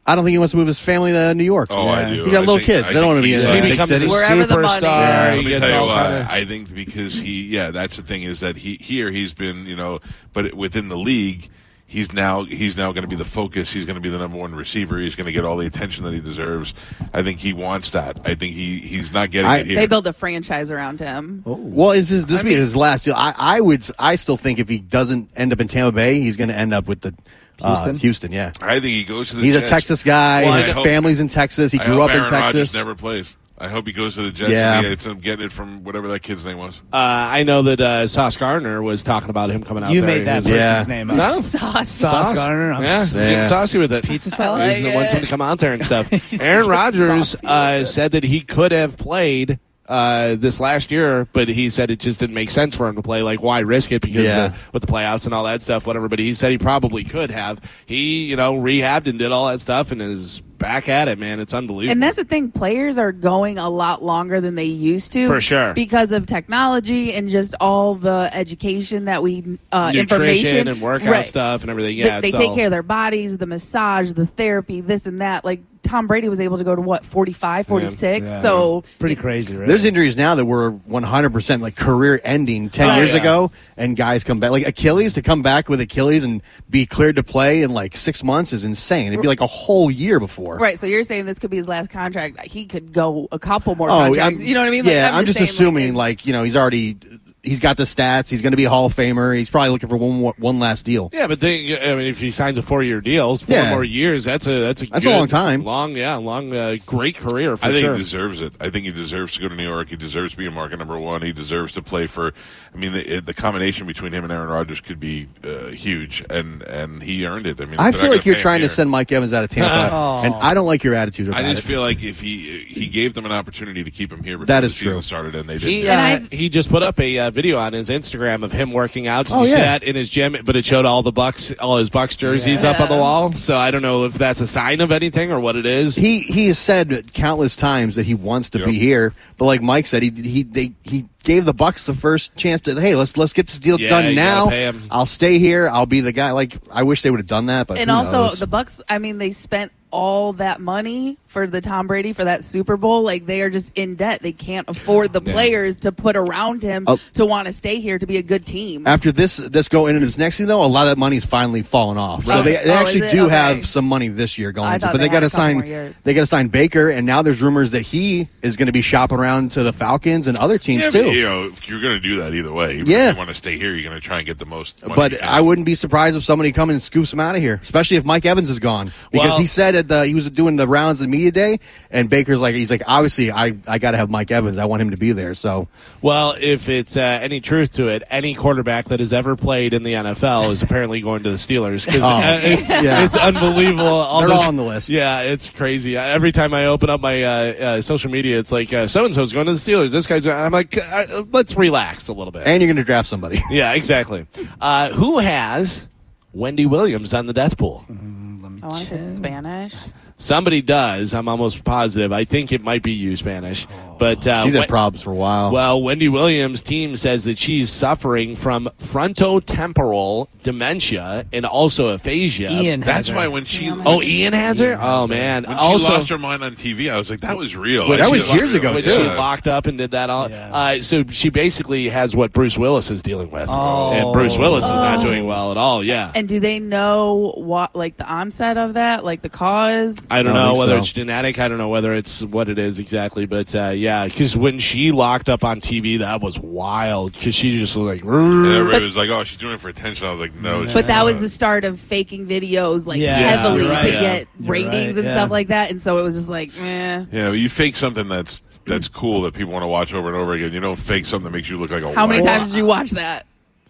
I don't think he wants to move his family to New York.
Oh, I
Yeah.
do.
He's got
I
little
think-
kids.
I
They don't
think
wanna be
he's,
in
uh,
big
he becomes
cities.
a
Wherever the money
superstar.
is.
Yeah,
Let
he
me
gets
tell you
all
why.
kinda-
I think because he, yeah, that's the thing is that he here he's been, you know, but it- within the league, he's now he's now going to be the focus. He's going to be the number one receiver. He's going to get all the attention that he deserves. I think he wants that. I think he he's not getting
I-
it here. Oh.
they build a franchise around him.
Well, is this, this be his last deal? I, I would. s- I still think if he doesn't end up in Tampa Bay, he's going to end up with the Houston.
Houston?
Houston, yeah.
I think he goes to the.
He's a
Jets.
Texas guy.
Well, I
his
hope-
family's in Texas. He
I
grew up
hope
in
Aaron Rodgers
Texas.
Never plays. I hope he goes to the Jets.
Yeah.
and he gets him getting it from whatever that kid's name was.
Uh, I know that uh, Sauce Gardner was talking about him coming out
You
there.
made that
He was-
Yeah.
person's name up.
No?
Sauce.
Sauce Garner. I'm
Yeah,
s-
getting
Yeah.
saucy with it.
Pizza
I
salad.
like
He's the one
it.
to come out there and stuff.
He's
Aaron
so
Rodgers
saucy with
uh, said that he could have played uh, this last year, but he said it just didn't make sense for him to play. Like, why risk it? Because
Yeah.
uh, with the playoffs and all that stuff, whatever. But he said he probably could have. He, you know, rehabbed and did all that stuff and is back at it, man. It's unbelievable.
And that's the thing. Players are going a lot longer than they used to,
For sure.
because of technology and just all the education that we uh, information
nutrition and workout
Right.
stuff and everything.
Th-
Yeah,
they
it's
take
all-
care of their bodies, the massage, the therapy, this and that. Like Tom Brady was able to go to what 45, 46.
Yeah.
So
Pretty crazy, right?
There's injuries now that were 100% like career ending 10
Oh,
years
yeah.
ago, and guys come back. Like Achilles, to come back with Achilles and be cleared to play in like six months is insane. It'd be like a whole year before.
right, so you're saying this could be his last contract. He could go a couple more
Oh,
contracts.
I'm-
you know what I mean?
Yeah, I'm, just,
saying,
assuming
it's-
like, you know, he's already he's got the stats. He's going to be a Hall of Famer. He's probably looking for one more- one last deal.
Yeah, but they, I mean, if he signs a four-year deal, it's four
Yeah.
more years. That's a that's a
That's a
good-
long time.
Long, yeah, long, uh, great career for
I think
sure.
he deserves it. I think he deserves to go to New York. He deserves to be a market number one. He deserves to play for. I mean, the, the combination between him and Aaron Rodgers could be uh, huge, and and he earned it. I mean,
I
they're
feel
not
like
gonna
you're
pay him
trying to
here.
send Mike Evans out of Tampa, and I don't like your attitude about
I just
it.
feel like if he he gave them an opportunity to keep him here before
That
the
is
season
true.
started, and they didn't.
He,
do it.
uh,
And
he just put up a uh, video on his Instagram of him working out. Did
Oh,
you see
yeah.
that in his gym? But it showed all the Bucks, all his Bucks jerseys up on the
Yeah.
wall. So I don't know if that's a sign of anything or what it is.
he he has said countless times that he wants to
Yep.
be here, but like Mike said, he he they, he gave the Bucks the first chance to hey let's let's get this deal
Yeah,
done
you gotta
now.
pay him.
I'll stay here. I'll be the guy. Like I wish they would have done that, but
and
who
also
knows?
the Bucks. I mean, they spent all that money for the Tom Brady for that Super Bowl. Like they are just in debt. They can't afford the players to put around him
Oh.
to want to stay here to be a good team.
after this this go into this next season though, a lot of that money's finally fallen off. So
Right.
they, they
Oh,
actually
is it?
do
Okay.
have some money this year going,
I
into,
thought
but
they
they, got
had
to
a couple
sign
more years.
they got to sign Baker, and now there's rumors that he is going to be shopping around to the Falcons and other teams
Yeah,
too.
but, you know, if you're going to do that either way. Even
Yeah.
If you want to stay here, you're going to try and get the most. Money you
But
can.
I wouldn't be surprised if somebody comes and scoops him out of here, especially if Mike Evans is gone. Because
Well-
he said at the he was doing the rounds at media day, and Baker's like he's like obviously I I got to have Mike Evans. I want him to be there. So
Well, if it's uh, any truth to it, any quarterback that has ever played in the NFL is apparently going to the Steelers because uh, it's,
Oh. Yeah.
it's unbelievable. All
They're
this-
all on the list.
Yeah, it's crazy. I, every time I open up my uh, uh, social media, it's like so and so's going to the Steelers. This guy's. I'm like, uh, let's relax a little bit.
and you're going to draft somebody.
yeah, exactly. Uh, who has Wendy Williams on the death pool?
Mm-hmm.
I want to say Spanish.
Somebody does. I'm almost positive. I think it might be you, Spanish. But uh,
Oh, She's had
Wen-
problems for a while.
Well, Wendy Williams' team says that she's suffering from frontotemporal dementia and also aphasia.
Ian has
That's
her.
why when she
Oh, Ian has her?
Ian has
Oh,
her.
man.
when she
also,
lost her mind on TV, I was like, that was real. Like,
Wait, that
she
was
locked
years
her-
ago,
when
too.
she
Yeah.
locked up and did that all.
Yeah.
Uh, so she basically has what Bruce Willis is dealing with.
Oh.
And Bruce Willis is not doing well at all, yeah.
And do they know what like the onset of that, like the cause?
I don't
I don't
know
think
whether
so.
it's genetic. I don't know whether it's what it is exactly, but uh, yeah, because when she locked up on TV, that was wild. Because she just was like,
And
"Rrrr."
everybody was like, "Oh, she's doing it for attention." I was like, "No." it's
But that
not.
was the start of faking videos like
Yeah,
heavily
you're right,
to
yeah.
get
You're
ratings
right,
and
yeah.
stuff like that, and so it was just like, eh.
Yeah, but you fake something that's that's cool that people want to watch over and over again. You don't fake something that makes you look like a.
How many
white-
times did you watch that?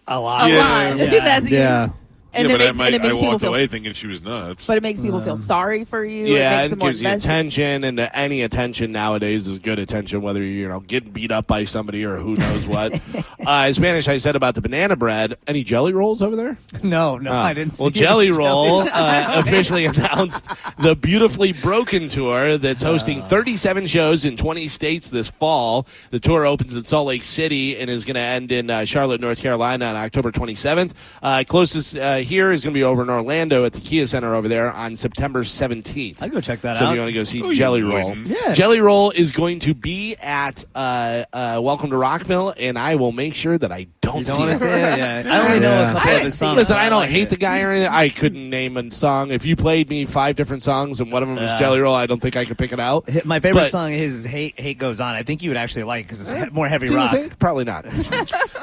a
A lot.
lot.
That's
yeah.
Yeah,
And, it
but
makes,
I, might,
and it makes
I
people
walked
feel
away thinking she was nuts.
But it makes people feel sorry for you.
Yeah,
it
it
makes them
gives you
more invested.
attention, and uh, any attention nowadays is good attention, whether you're you know getting beat up by somebody or who knows what. uh, in Spanish, I said about the banana bread. Any jelly rolls over there?
No, no,
Ah.
I didn't.
Well,
see
Jelly
it.
Roll uh, officially announced the Beautifully Broken tour that's hosting 37 shows in 20 states this fall. The tour opens in Salt Lake City and is going to end in uh, Charlotte, North Carolina on October 27th. Uh, closest uh, here is going to be over in Orlando at the Kia Center over there on September 17th.
I'd go check that
so
out.
if you want to go see
Oh, you
Jelly Roll.
wouldn't.
Yeah.
Jelly Roll is going to be at uh, uh, Welcome to Rockville, and I will make sure that I don't,
You
see
don't want
it.
to say it. Yeah. I only know a couple
I
of
haven't
his songs.
Listen, I
but
don't
like
hate
it.
the guy or anything. I couldn't name a song. If you played me five different songs and one of them was
Yeah.
Jelly Roll, I don't think I could pick it out.
Hi- My favorite
But-
song of his is "Hate Hate Goes On." I think you would actually like because it's he- more heavy
Do you
rock.
think? Probably not.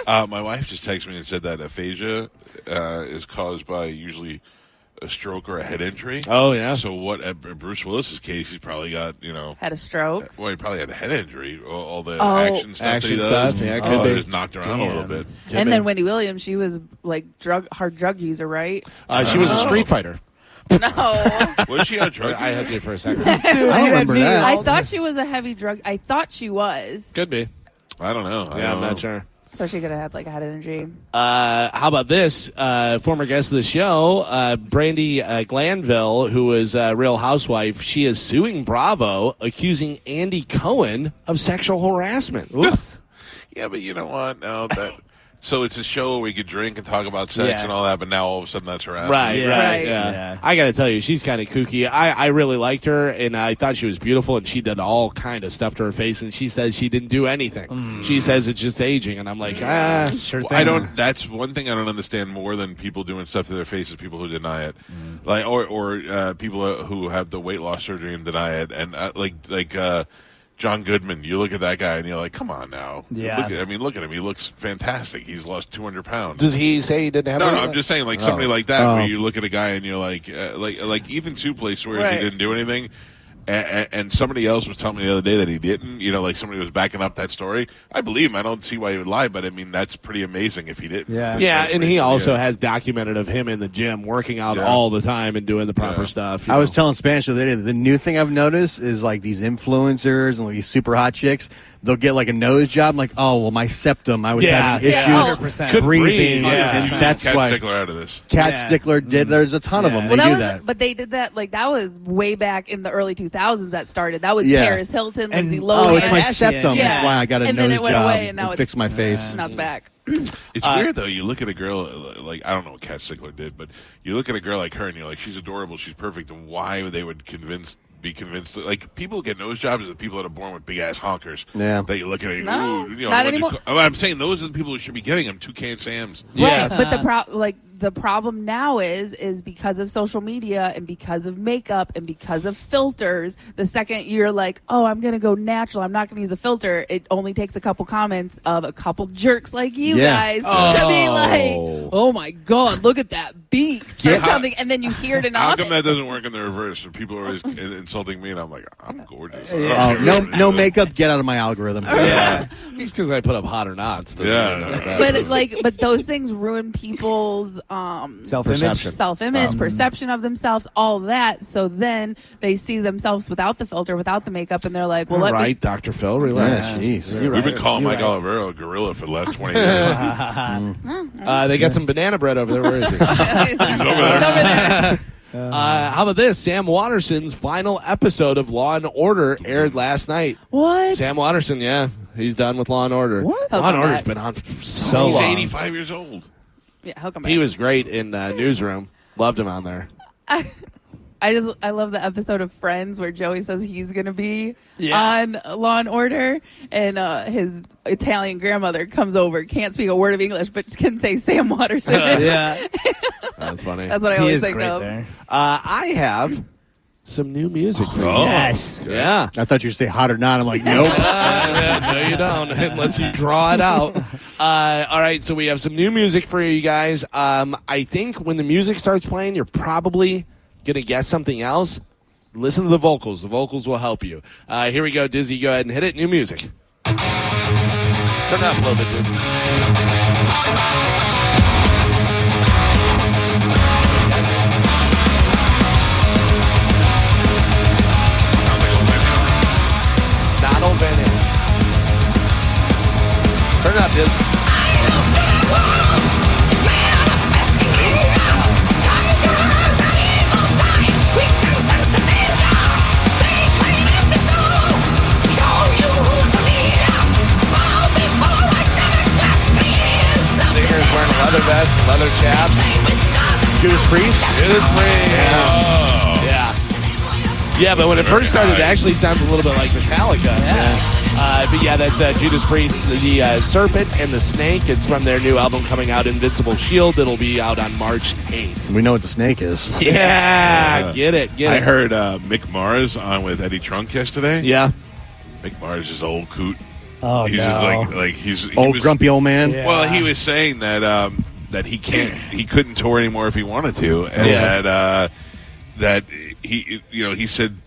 Uh, my wife just texted me and said that aphasia uh, is caused by usually a stroke or a head injury.
Oh, yeah.
So what? uh, Bruce Willis's case, he's probably got you know.
Had a stroke.
Well, he probably had a head injury. All, all the
Oh.
action stuff.
Action
that he does.
stuff, yeah, it
Oh,
could be.
just knocked around a little
Damn.
bit.
and then Wendy Williams, she was like drug hard drug user, right?
Uh, she was a street fighter.
No, I
Was she on a drug?
I had you for a second.
I don't remember that.
thought she was a heavy drug. I thought she was,
Could be.
I don't know. I
Yeah, I'm
don't know.
not sure.
so she could have had like a head injury.
Uh, how about this? Uh, former guest of the show, uh, Brandy uh, Glanville, who is a real housewife, she is suing Bravo, accusing Andy Cohen of sexual harassment. Oops.
Yeah, but you know what? No, that. so it's a show where we could drink and talk about sex
Yeah.
and all that, but now all of a sudden that's harassment.
Right,
Yeah.
right,
Right.
yeah.
Yeah.
I gotta tell you, she's kind of kooky. I, I really liked her, and I thought she was beautiful, and she did all kind of stuff to her face, and she says she didn't do anything. She says it's just aging, and I'm like, ah,
Hmm. Sure
Well,
thing.
I don't. That's one thing I don't understand more than people doing stuff to their faces. People who deny it,
Mm-hmm.
like or or uh, people who have the weight loss surgery and deny it, and uh, like like uh, John Goodman, you look at that guy and you're like, come on now.
Yeah.
Look at, I mean, look at him. He looks fantastic. He's lost 200 pounds.
Does he say he didn't have?
no, no,
anything?
I'm just saying, like somebody like that,
Oh.
where you look at a guy and you're like, uh, like, like Ethan Suplee swears
Right.
he didn't do anything, and, and somebody else was telling me the other day that he didn't. You know, like somebody was backing up that story. I believe him. I don't see why he would lie, but I mean, that's pretty amazing if he didn't.
Yeah.
That's
Yeah, and
pretty-
he also
yeah.
has documented of him in the gym working out
Yeah.
all the time and doing the proper
Yeah.
stuff. you
I was
know.
telling Spanish the other day. The new thing I've noticed is like these influencers and like these super hot chicks. They'll get like a nose job. I'm like, oh well, my septum. I was
Yeah,
having
yeah,
issues
100%.
Couldn't
breathing,
breathe, yeah.
and that's
Cat
why
Stickler out of this.
Cat
Yeah.
Stickler did. There's a ton of
Yeah.
them. They
Well, that
do
was,
that.
but they did that like that was way back in the early 2000s. That started. That was
Yeah.
Paris Hilton,
And-
Lindsay Lohan.
Oh, it's my
Yeah.
septum.
Yeah.
That's why I got a
And then
nose
it went
job
away, and now
and
it's-
fixed my face.
now it's back. Uh,
It's weird though. You look at a girl uh, like I don't know what Cat Stickler did, but you look at a girl like her and you're like, she's adorable, she's perfect, and why they would convince be convinced that, like people get nose jobs are the people that are born with big ass honkers.
Yeah.
that you look at it.
No,
ooh, you know,
not
what'd you
anymore.
call- I'm saying those are the people who should be getting them. Two can Sam's.
yeah,
But the pro- like the problem now is is because of social media and because of makeup and because of filters. The second you're like, oh, I'm gonna go natural. I'm not gonna use a filter. It only takes a couple comments of a couple jerks like you
Yeah.
guys to be like, oh my god, look at that beak or something. And then you hear it and
How
all.
come that doesn't work in the reverse? And people are always in- insulting me, and I'm like, I'm gorgeous.
Oh, no, no makeup. Get out of my algorithm.
yeah. just because I put up hot or not. doesn't
Yeah.
mean that-
but it's like, but those things ruin people's um,
Self-image. Um,
Perception.
self image, perception of themselves, all that. So then they see themselves without the filter, without the makeup, and they're like, well,
All
let
right,
me.
Dr. Phil,
Yeah,
relax.
jeez.
You're
We've
We've
right.
been calling
You're
Mike
right.
Olivero a gorilla for the last 20 years.
Uh, they got some banana bread over there. Where is it?
It's
over there.
over there.
Uh, how about this? Sam Watterson's final episode of Law and Order aired
Mm-hmm.
last night.
What?
Sam Watterson, yeah, he's done with Law and Order.
What?
How
Law and
come
Order's
that?
been on for so
He's
long.
85 years old.
Yeah, how come
He
I-
was great in uh, Newsroom. Loved him on there.
I just I love the episode of Friends where Joey says he's gonna be
Yeah.
on Law and Order, and uh, his Italian grandmother comes over, can't speak a word of English, but can say Sam Watterson.
yeah.
That's funny.
That's what I
He
always
is
think
great
of.
there.
Uh, I have some new music for you.
Oh.
Yes.
Yeah.
I thought you would say hot or not. I'm like, nope.
no, you don't, unless you draw it out. Uh, all right, so we have some new music for you guys. Um, I think when the music starts playing, you're probably going to guess something else. Listen to the vocals, the vocals will help you. Uh, here we go, Dizzy, go ahead and hit it. New music. Turn it up a little bit, Dizzy. Donald Van Halen. Turn it up, Dizzy. Singers wearing leather vests and leather chaps.
Judas Priest.
Judas Priest. Yeah. Yeah, but when it first started, it actually sounds a little bit like Metallica. Yeah. Uh, but yeah, that's uh, Judas Priest, the uh, Serpent and the Snake. It's from their new album coming out, Invincible Shield. It'll be out on March 8th.
We know what the snake is.
Yeah, get it, get
I
it.
heard uh, Mick Mars on with Eddie Trunk yesterday.
Yeah.
Mick Mars is old coot.
Oh
he's
no.
just like like he's he
Old
was-
grumpy old man.
Yeah.
Well, he was saying that um, that he can't he couldn't tour anymore if he wanted to, and
Yeah.
that uh, that he you know he said.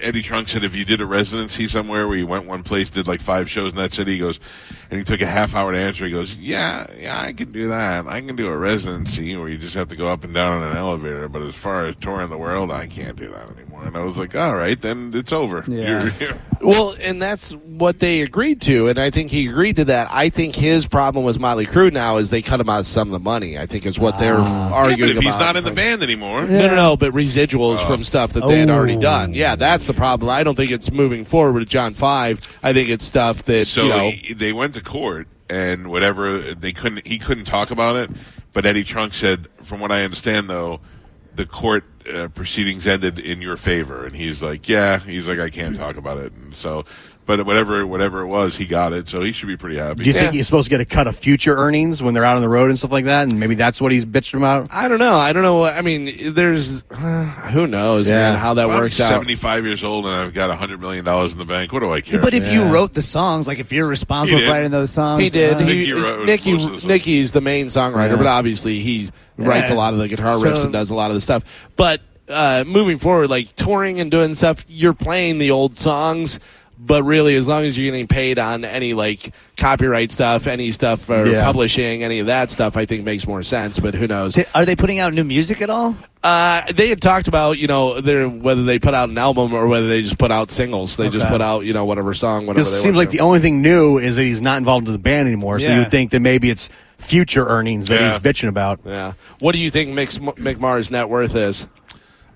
Eddie Trunk said if you did a residency somewhere where you went one place, did like five shows in that city, he goes, and he took a half hour to answer. He goes, yeah, yeah, I can do that. I can do a residency where you just have to go up and down in an elevator. But as far as touring the world, I can't do that anymore. And I was like, all right, then it's over.
Yeah.
You're-
Well, and that's what they agreed to, and I think he agreed to that. I think his problem with Motley Crue now is they cut him out of some of the money. I think is what they're
Yeah,
arguing
but if he's
about.
not in the Oh. band anymore,
No, no, no, but residuals from stuff that they had already
Oh.
done. Yeah, that's the problem. I don't think it's moving forward to John 5. I think it's stuff that,
so
you know.
he- they went to court and whatever they couldn't he couldn't talk about it but eddie trunk said from what i understand though the court uh, proceedings ended in your favor and he's like yeah he's like i can't talk about it and so But whatever whatever it was, he got it, so he should be pretty happy.
Do you think he's supposed to get a cut of future earnings when they're out on the road and stuff like that? And maybe that's what he's bitching about.
I don't know. I don't know. I mean, there's who knows,
Yeah.
man, how that
If I'm
works out.
75 years old and I've got $100 million in the bank. What do I care?
But if you wrote the songs, like if you're responsible
He
for
did.
writing those songs,
He did.
uh,
He,
Nicky wrote-
Nicky,
most of the songs.
Nicky's the main songwriter, but obviously he writes a lot of the guitar
So-
riffs and does a lot of the stuff. But uh, moving forward, like touring and doing stuff, you're playing the old songs. But really, as long as you're getting paid on any like copyright stuff, any stuff for
Yeah.
publishing, any of that stuff, I think makes more sense. But who knows?
Di- Are they putting out new music at all?
Uh, they had talked about you know their, whether they put out an album or whether they just put out singles. They just
Okay.
put out you know whatever song. Whatever.
It
They
seems
want
like
to.
the only thing new is that he's not involved with the band anymore. So
Yeah.
you would think that maybe it's future earnings that
Yeah.
he's bitching about.
yeah. What do you think Mick, Mick Mars' net worth is?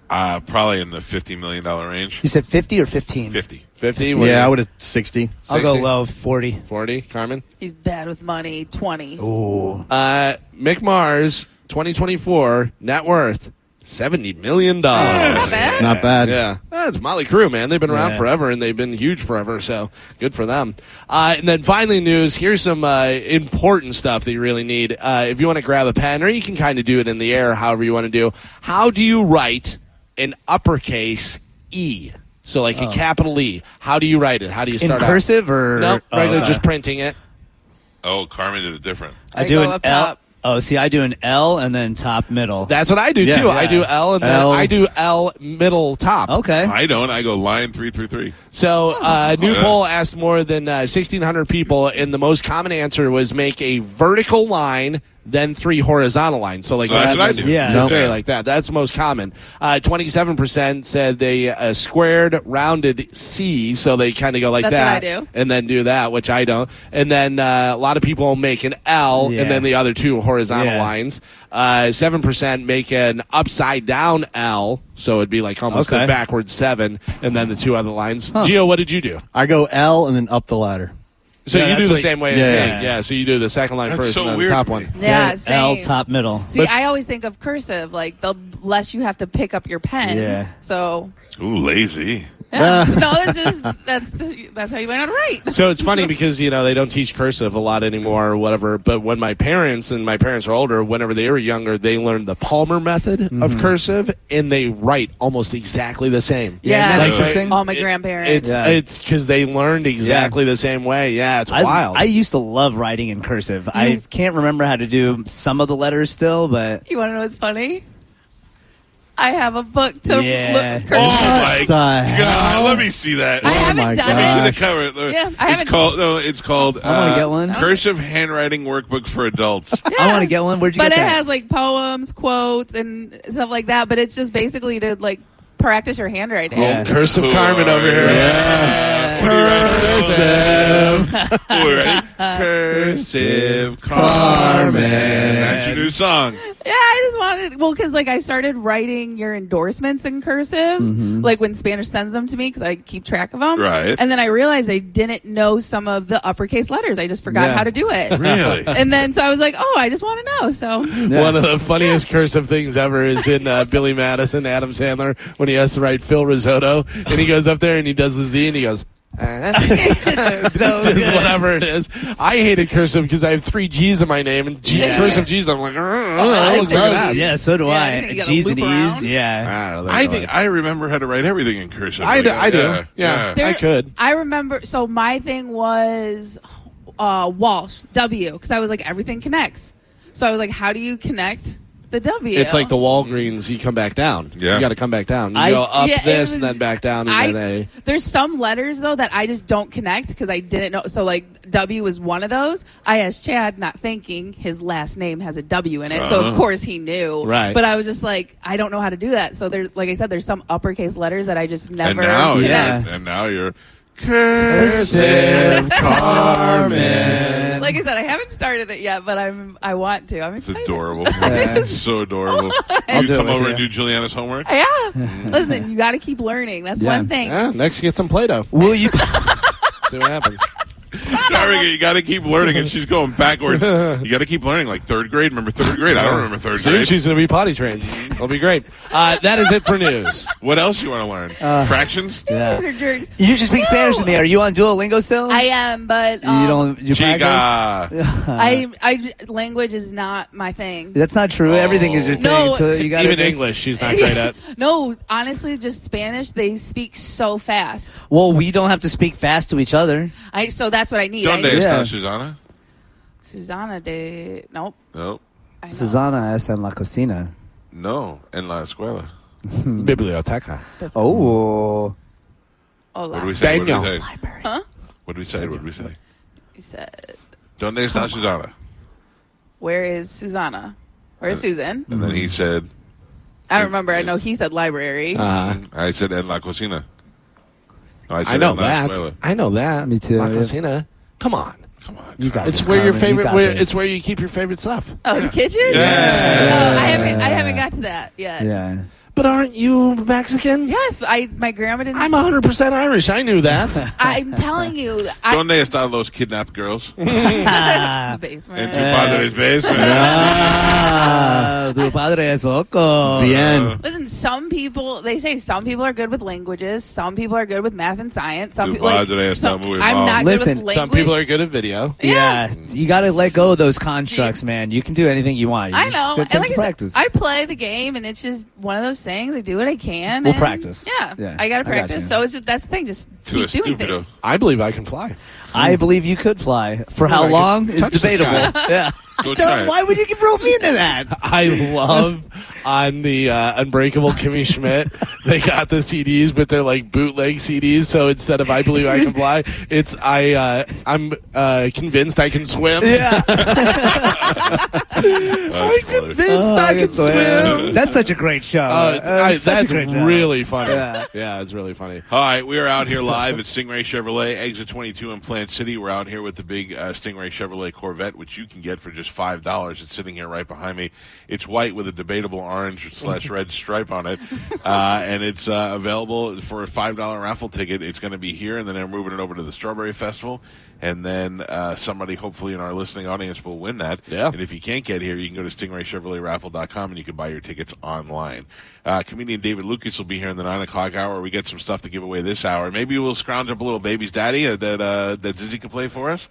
Uh, probably in the $50 million range.
You said 50 or 15?
50
Fifty. What do you-
Yeah, I would have sixty.
I'll go
60?
low, 40.
40, Carmen.
He's bad with money. Twenty.
Uh, Mick Mars, 2024, net worth, $70 million.
Not bad.
Not bad.
Yeah, that's Molly Crew, man. They've been around
Yeah.
forever and they've been huge forever, so good for them. Uh, and then finally, news here's some uh, important stuff that you really need. Uh, if you want to grab a pen, or you can kind of do it in the air, however you want to do. How do you write an uppercase E? So,
Oh.
like a capital E. How do you write it? How do you
In
start out?
cursive or?
No,
oh,
regular,
okay.
just printing it.
Oh, Carmen did it different.
I
I
do
go
an
up
L.
top.
Oh, see, I do an L and then top middle.
That's what I do
Yeah.
too. I
Yeah.
do L and then
L.
I do L middle top.
okay.
I don't. I go line 333.
So uh, new
Yeah.
poll asked more than uh, sixteen hundred people, and the most common answer was make a vertical line, then three horizontal lines. So like
So that's what I
that's-
do.
Yeah.
so three
Yeah.
like that. That's the most common. Uh, Twenty-seven percent said they uh, squared rounded C, so they kind of go like
That's
that,
what I do.
and then do that, which I don't. And then uh, a lot of people make an L,
Yeah.
and then the other two horizontal
Yeah.
lines. Uh, Seven percent make an upside down L, so it'd be like almost the
Okay.
backwards seven, and then the two other lines. Geo, what did you do?
I go L and then up the ladder.
So
Yeah,
you do
that's
the
like-
same way as
Yeah.
me. Yeah, so you do the second line
That's
first
so
and then
weird
the top
to me.
one.
Yeah,
So L
same.
top middle.
See, I always think of cursive, like the less you have to pick up your pen.
Yeah.
So
Ooh, lazy.
yeah. no, it's just that's that's how you learn how to write.
So it's funny because, you know, they don't teach cursive a lot anymore or whatever. But when my parents, and my parents are older, whenever they were younger, they learned the Palmer method
Mm-hmm.
of cursive and they write almost exactly the same.
Yeah,
Yeah.
isn't that
Right.
interesting?
All my
It-
grandparents.
It's
Yeah.
it's because they learned exactly the same way. Yeah, it's
I,
wild.
I used to love writing in cursive. I can't remember how to do some of the letters still, but
you want to know what's funny? I have a book to
Yeah.
look cursive.
Oh, my
The
uh,
God. Let me see that.
I
Oh
haven't
my
done
Let me see
it.
the cover. Look.
Yeah, I haven't-
It's called, no, it's called
I wanna
uh,
get one.
Cursive Handwriting Workbook for Adults.
I want to get one. Where'd you
But
get
it
that?
has like poems, quotes, and stuff like that. But it's just basically to like practice your handwriting.
Yeah.
Cursive Carmen over here.
Cursive. All right. Cursive Carmen. That's your new song.
Yeah, I just wanted well because like I started writing your endorsements in cursive,
Mm-hmm.
like when Spanish sends them to me because I keep track of them.
Right.
And then I realized I didn't know some of the uppercase letters. I just forgot
Yeah.
how to do it.
Really?
And then so I was like, oh, I just want to know. So
Yeah.
One of the funniest cursive things ever is in uh, Billy Madison, Adam Sandler, when he has to write Phil Risotto, and he goes up there and he does the Z and he goes,
so
just
good.
whatever it is. I hated cursive because I have three G's in my name, and G-
Yeah.
cursive G's, I'm like,
I
oh, it looks like
love
an
Oh,
S."
yeah, so do
Yeah, I
I.
think you gotta
G's and
loop
E's,
around.
yeah.
Ah,
I think I remember how to write everything in cursive.
I
Like,
do. I do.
uh,
Yeah.
There-
I could.
I remember. So my thing was uh, Walsh W because I was like everything connects. So I was like, how do you connect the W?
It's like the Walgreens. You come back down.
Yeah.
You got to come back down. You
I-
go up
Yeah, it
this and
was-
then back down, and
I,
then A.
There's some letters though that I just don't connect because I didn't know. So like W was one of those. I asked Chad, not thinking his last name has a W in it, so of course he knew.
Uh-huh. Right.
But I was just like, I don't know how to do that. So there, like I said, there's some uppercase letters that I just never.
And now, you're-
connect.
Yeah.
and now you're.
Cursive
Like I said, I haven't started it yet, but I'm. I want to. I'm
It's
excited.
adorable. It's so adorable.
Oh
you
do it
come
with
over
you.
and do Juliana's homework?
Yeah. Listen, you got to keep learning. That's
Yeah.
one thing.
Yeah, next, get some Play Doh.
Will you
See what happens.
Darby, you got to keep learning, and she's going backwards. You got to keep learning, like third grade. Remember third grade? I don't remember third
Soon
grade.
she's going to be potty trained. It'll be great. Uh, that is it for news.
What else you want to learn?
Uh,
Fractions?
These are jerks.
You should speak Spanish to me. Are you on Duolingo still?
I am, but um,
you don't. uh, You practice?
Chica.
I, I language is not my thing.
That's not true. Everything is your thing.
Oh. No.
until you gotta
Even
just-
English, she's not great at.
No, honestly, just Spanish. They speak so fast.
Well, we don't have to speak fast to each other.
I so that's what I need. I
Donde
need
está
Yeah.
Susana?
Susanna de nope.
No.
I know.
Susana es en la cocina.
No. En la escuela.
Biblioteca.
Oh.
Hola.
What do we say? What do we say?
Daniel.
What do we say? What do we say?
He said,
Donde está Susana?
"Where is Susanna? Where
Uh,
is Susan?"
And then he
Mm-hmm.
said,
I don't remember. I know he said library.
Uh,
I said, en la cocina. No,
I
said,
know
"En la
that.
escuela."
I know that.
Me too,
La
yeah.
Cocina. Come on.
Come on.
You got
It's
this,
where your
Carmen. You
favorite.
got
Where,
this.
it's where you keep your favorite stuff.
oh, the kitchen.
Yeah.
No, I haven't. I haven't got to that yet.
Yeah.
But aren't you Mexican?
Yes, I. My grandma didn't.
I'm 100% Irish. I knew that.
I'm telling you. I,
Donde están los kidnapped girls?
the
En
basement.
tu padre's basement.
Ah, tu padre es loco.
Bien.
Listen, some people they say some people are good with languages, some people are good with math and science. Some
Tu
people like,
padre
some-
está muy
I'm
mal.
not
Listen,
good with language.
Some people are good at video.
Yeah. you got to let go of those constructs, man. You can do anything you want. You
I
just
know.
gotta
And
take
like I
some
said,
practice.
I play the game, and it's just one of those things. I do what I can.
We'll
and-
practice.
Yeah,
Yeah,
I gotta
I got
practice.
you.
so it's just, that's the thing. Just
To a
keep doing
stupido.
things.
I believe I can fly.
I believe you could fly. For
I
how
could
long is
touch the sky.
debatable. yeah.
Go try
Don't,
it.
why would you rope me into that?
I love on the uh, Unbreakable Kimmy Schmidt. They got the CDs, but they're like bootleg CDs. So instead of "I Believe I Can Fly," it's "I uh, I'm uh, convinced I can swim."
Yeah.
That's funny.
Convinced
Oh,
I can swim.
That's such a great show.
Uh,
Uh,
I-
such a
that's
great show.
really funny.
Yeah.
Yeah. it's really funny.
All right, we are out here live at Stingray Chevrolet, exit 22 in Plant City. We're out here with the big uh, Stingray Chevrolet Corvette, which you can get for just five dollars. It's sitting here right behind me. It's white with a debatable orange slash red stripe on it, uh, and it's uh, available for a five dollar raffle ticket. It's going to be here, and then they're moving it over to the Strawberry Festival. And then uh, somebody, hopefully in our listening audience, will win that.
Yeah.
And if you can't get here, you can go to stingraychevroletraffle.com and you can buy your tickets online. Uh, comedian David Lucas will be here in the 9 o'clock hour. We get some stuff to give away this hour. Maybe we'll scrounge up a little baby's daddy uh, that, uh, that Dizzy can play for us.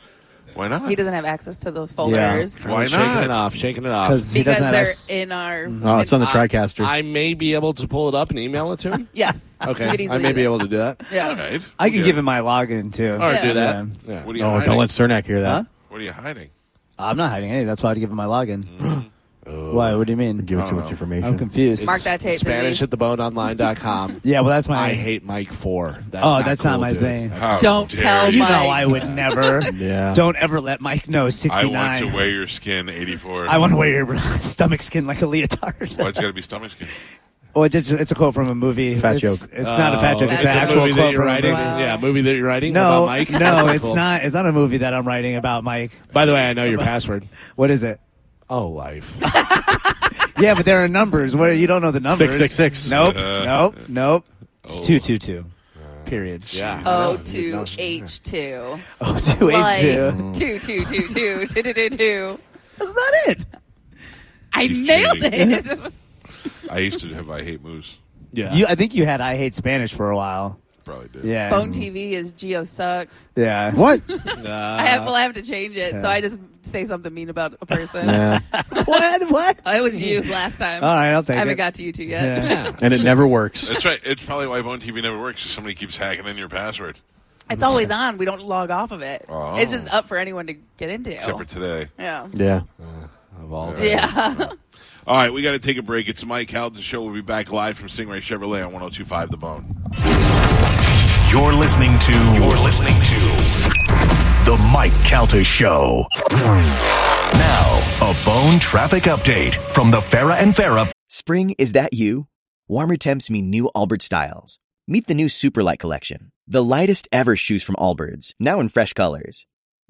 Why not?
He doesn't have access to those folders
Why
Shaking it
not?
off. Shaking it off.
Because he
because
doesn't have
they're
a-
in our.
Oh, it's on the
in-
TriCaster.
I may be able to pull it up and email it to him.
Yes.
Okay,
You could easily
I may
do
be
that.
able to do that.
All
Yeah.
right.
I can
Okay.
give him my login too.
Or
Yeah.
do that.
What are you
Oh,
hiding?
don't let Cernak hear that.
Huh?
What are you hiding?
I'm not hiding anything. That's why I'd give him my login.
Mm.
Why? What do you mean?
Give it too much
don't know.
I'm
information.
confused.
Mark that tape.
Spanish
Spanish.
at the boneonline.com.
Yeah, well, that's my.
I hate Mike Four. That's
Oh, that's
cool,
not my
dude.
thing.
How
Don't
dare
tell
you.
You know
Mike.
I would never.
Yeah.
Don't ever let Mike know.
I
69.
want to wear your skin 84.
I want to wear your stomach skin like a leotard.
Why it's got to be stomach skin?
Oh, it's, just- it's a quote from a movie.
Fat
it's,
joke.
It's not a fat joke. It's,
That's
an
a
actual
Oh, movie
quote
that you're
from a
writing.
movie.
Wow.
Yeah, movie that you're writing
No,
about Mike.
no,
That's
it's
cool.
not. It's not a movie that I'm writing about Mike.
By the way, I know your password.
What is it?
Oh, life.
Yeah, but there are numbers. Where you don't know the numbers.
666.
Nope.
Uh,
nope. Nope. It's two two two. Period.
Oh. Yeah.
O two H two.
Oh, two
Like
eight two.
two two two two two two two two.
That's not it.
I
You're
nailed
kidding.
it.
I used to have I hate moose.
Yeah.
You. I think you had I hate Spanish for a while.
Probably did.
Yeah.
Bone TV is Geo sucks.
Yeah.
What?
I have, well, I have to change it, so
yeah.
I just say something mean about a person.
Yeah.
what? What?
I was you last time.
All right, I'll take
I haven't
it.
got to you two yet.
Yeah.
And it never works.
That's right. It's probably why Bone TV never works. 'cause Somebody keeps hacking in your password.
It's always on. We don't log off of it.
Oh.
It's just up for anyone to get into.
Except for today.
yeah.
Yeah.
Of all the-
Yeah.
All right, we got to take a break. It's Mike Halden's show. We'll be back live from Stingray Chevrolet on 1025 The Bone.
You're listening to. You're listening to. The Mike Calta Show. Now, a bone traffic update from the Farrah and Farrah
Spring, is that you? Warmer temps mean new Allbirds styles. Meet the new Superlight collection, the lightest ever shoes from Allbirds, now in fresh colors.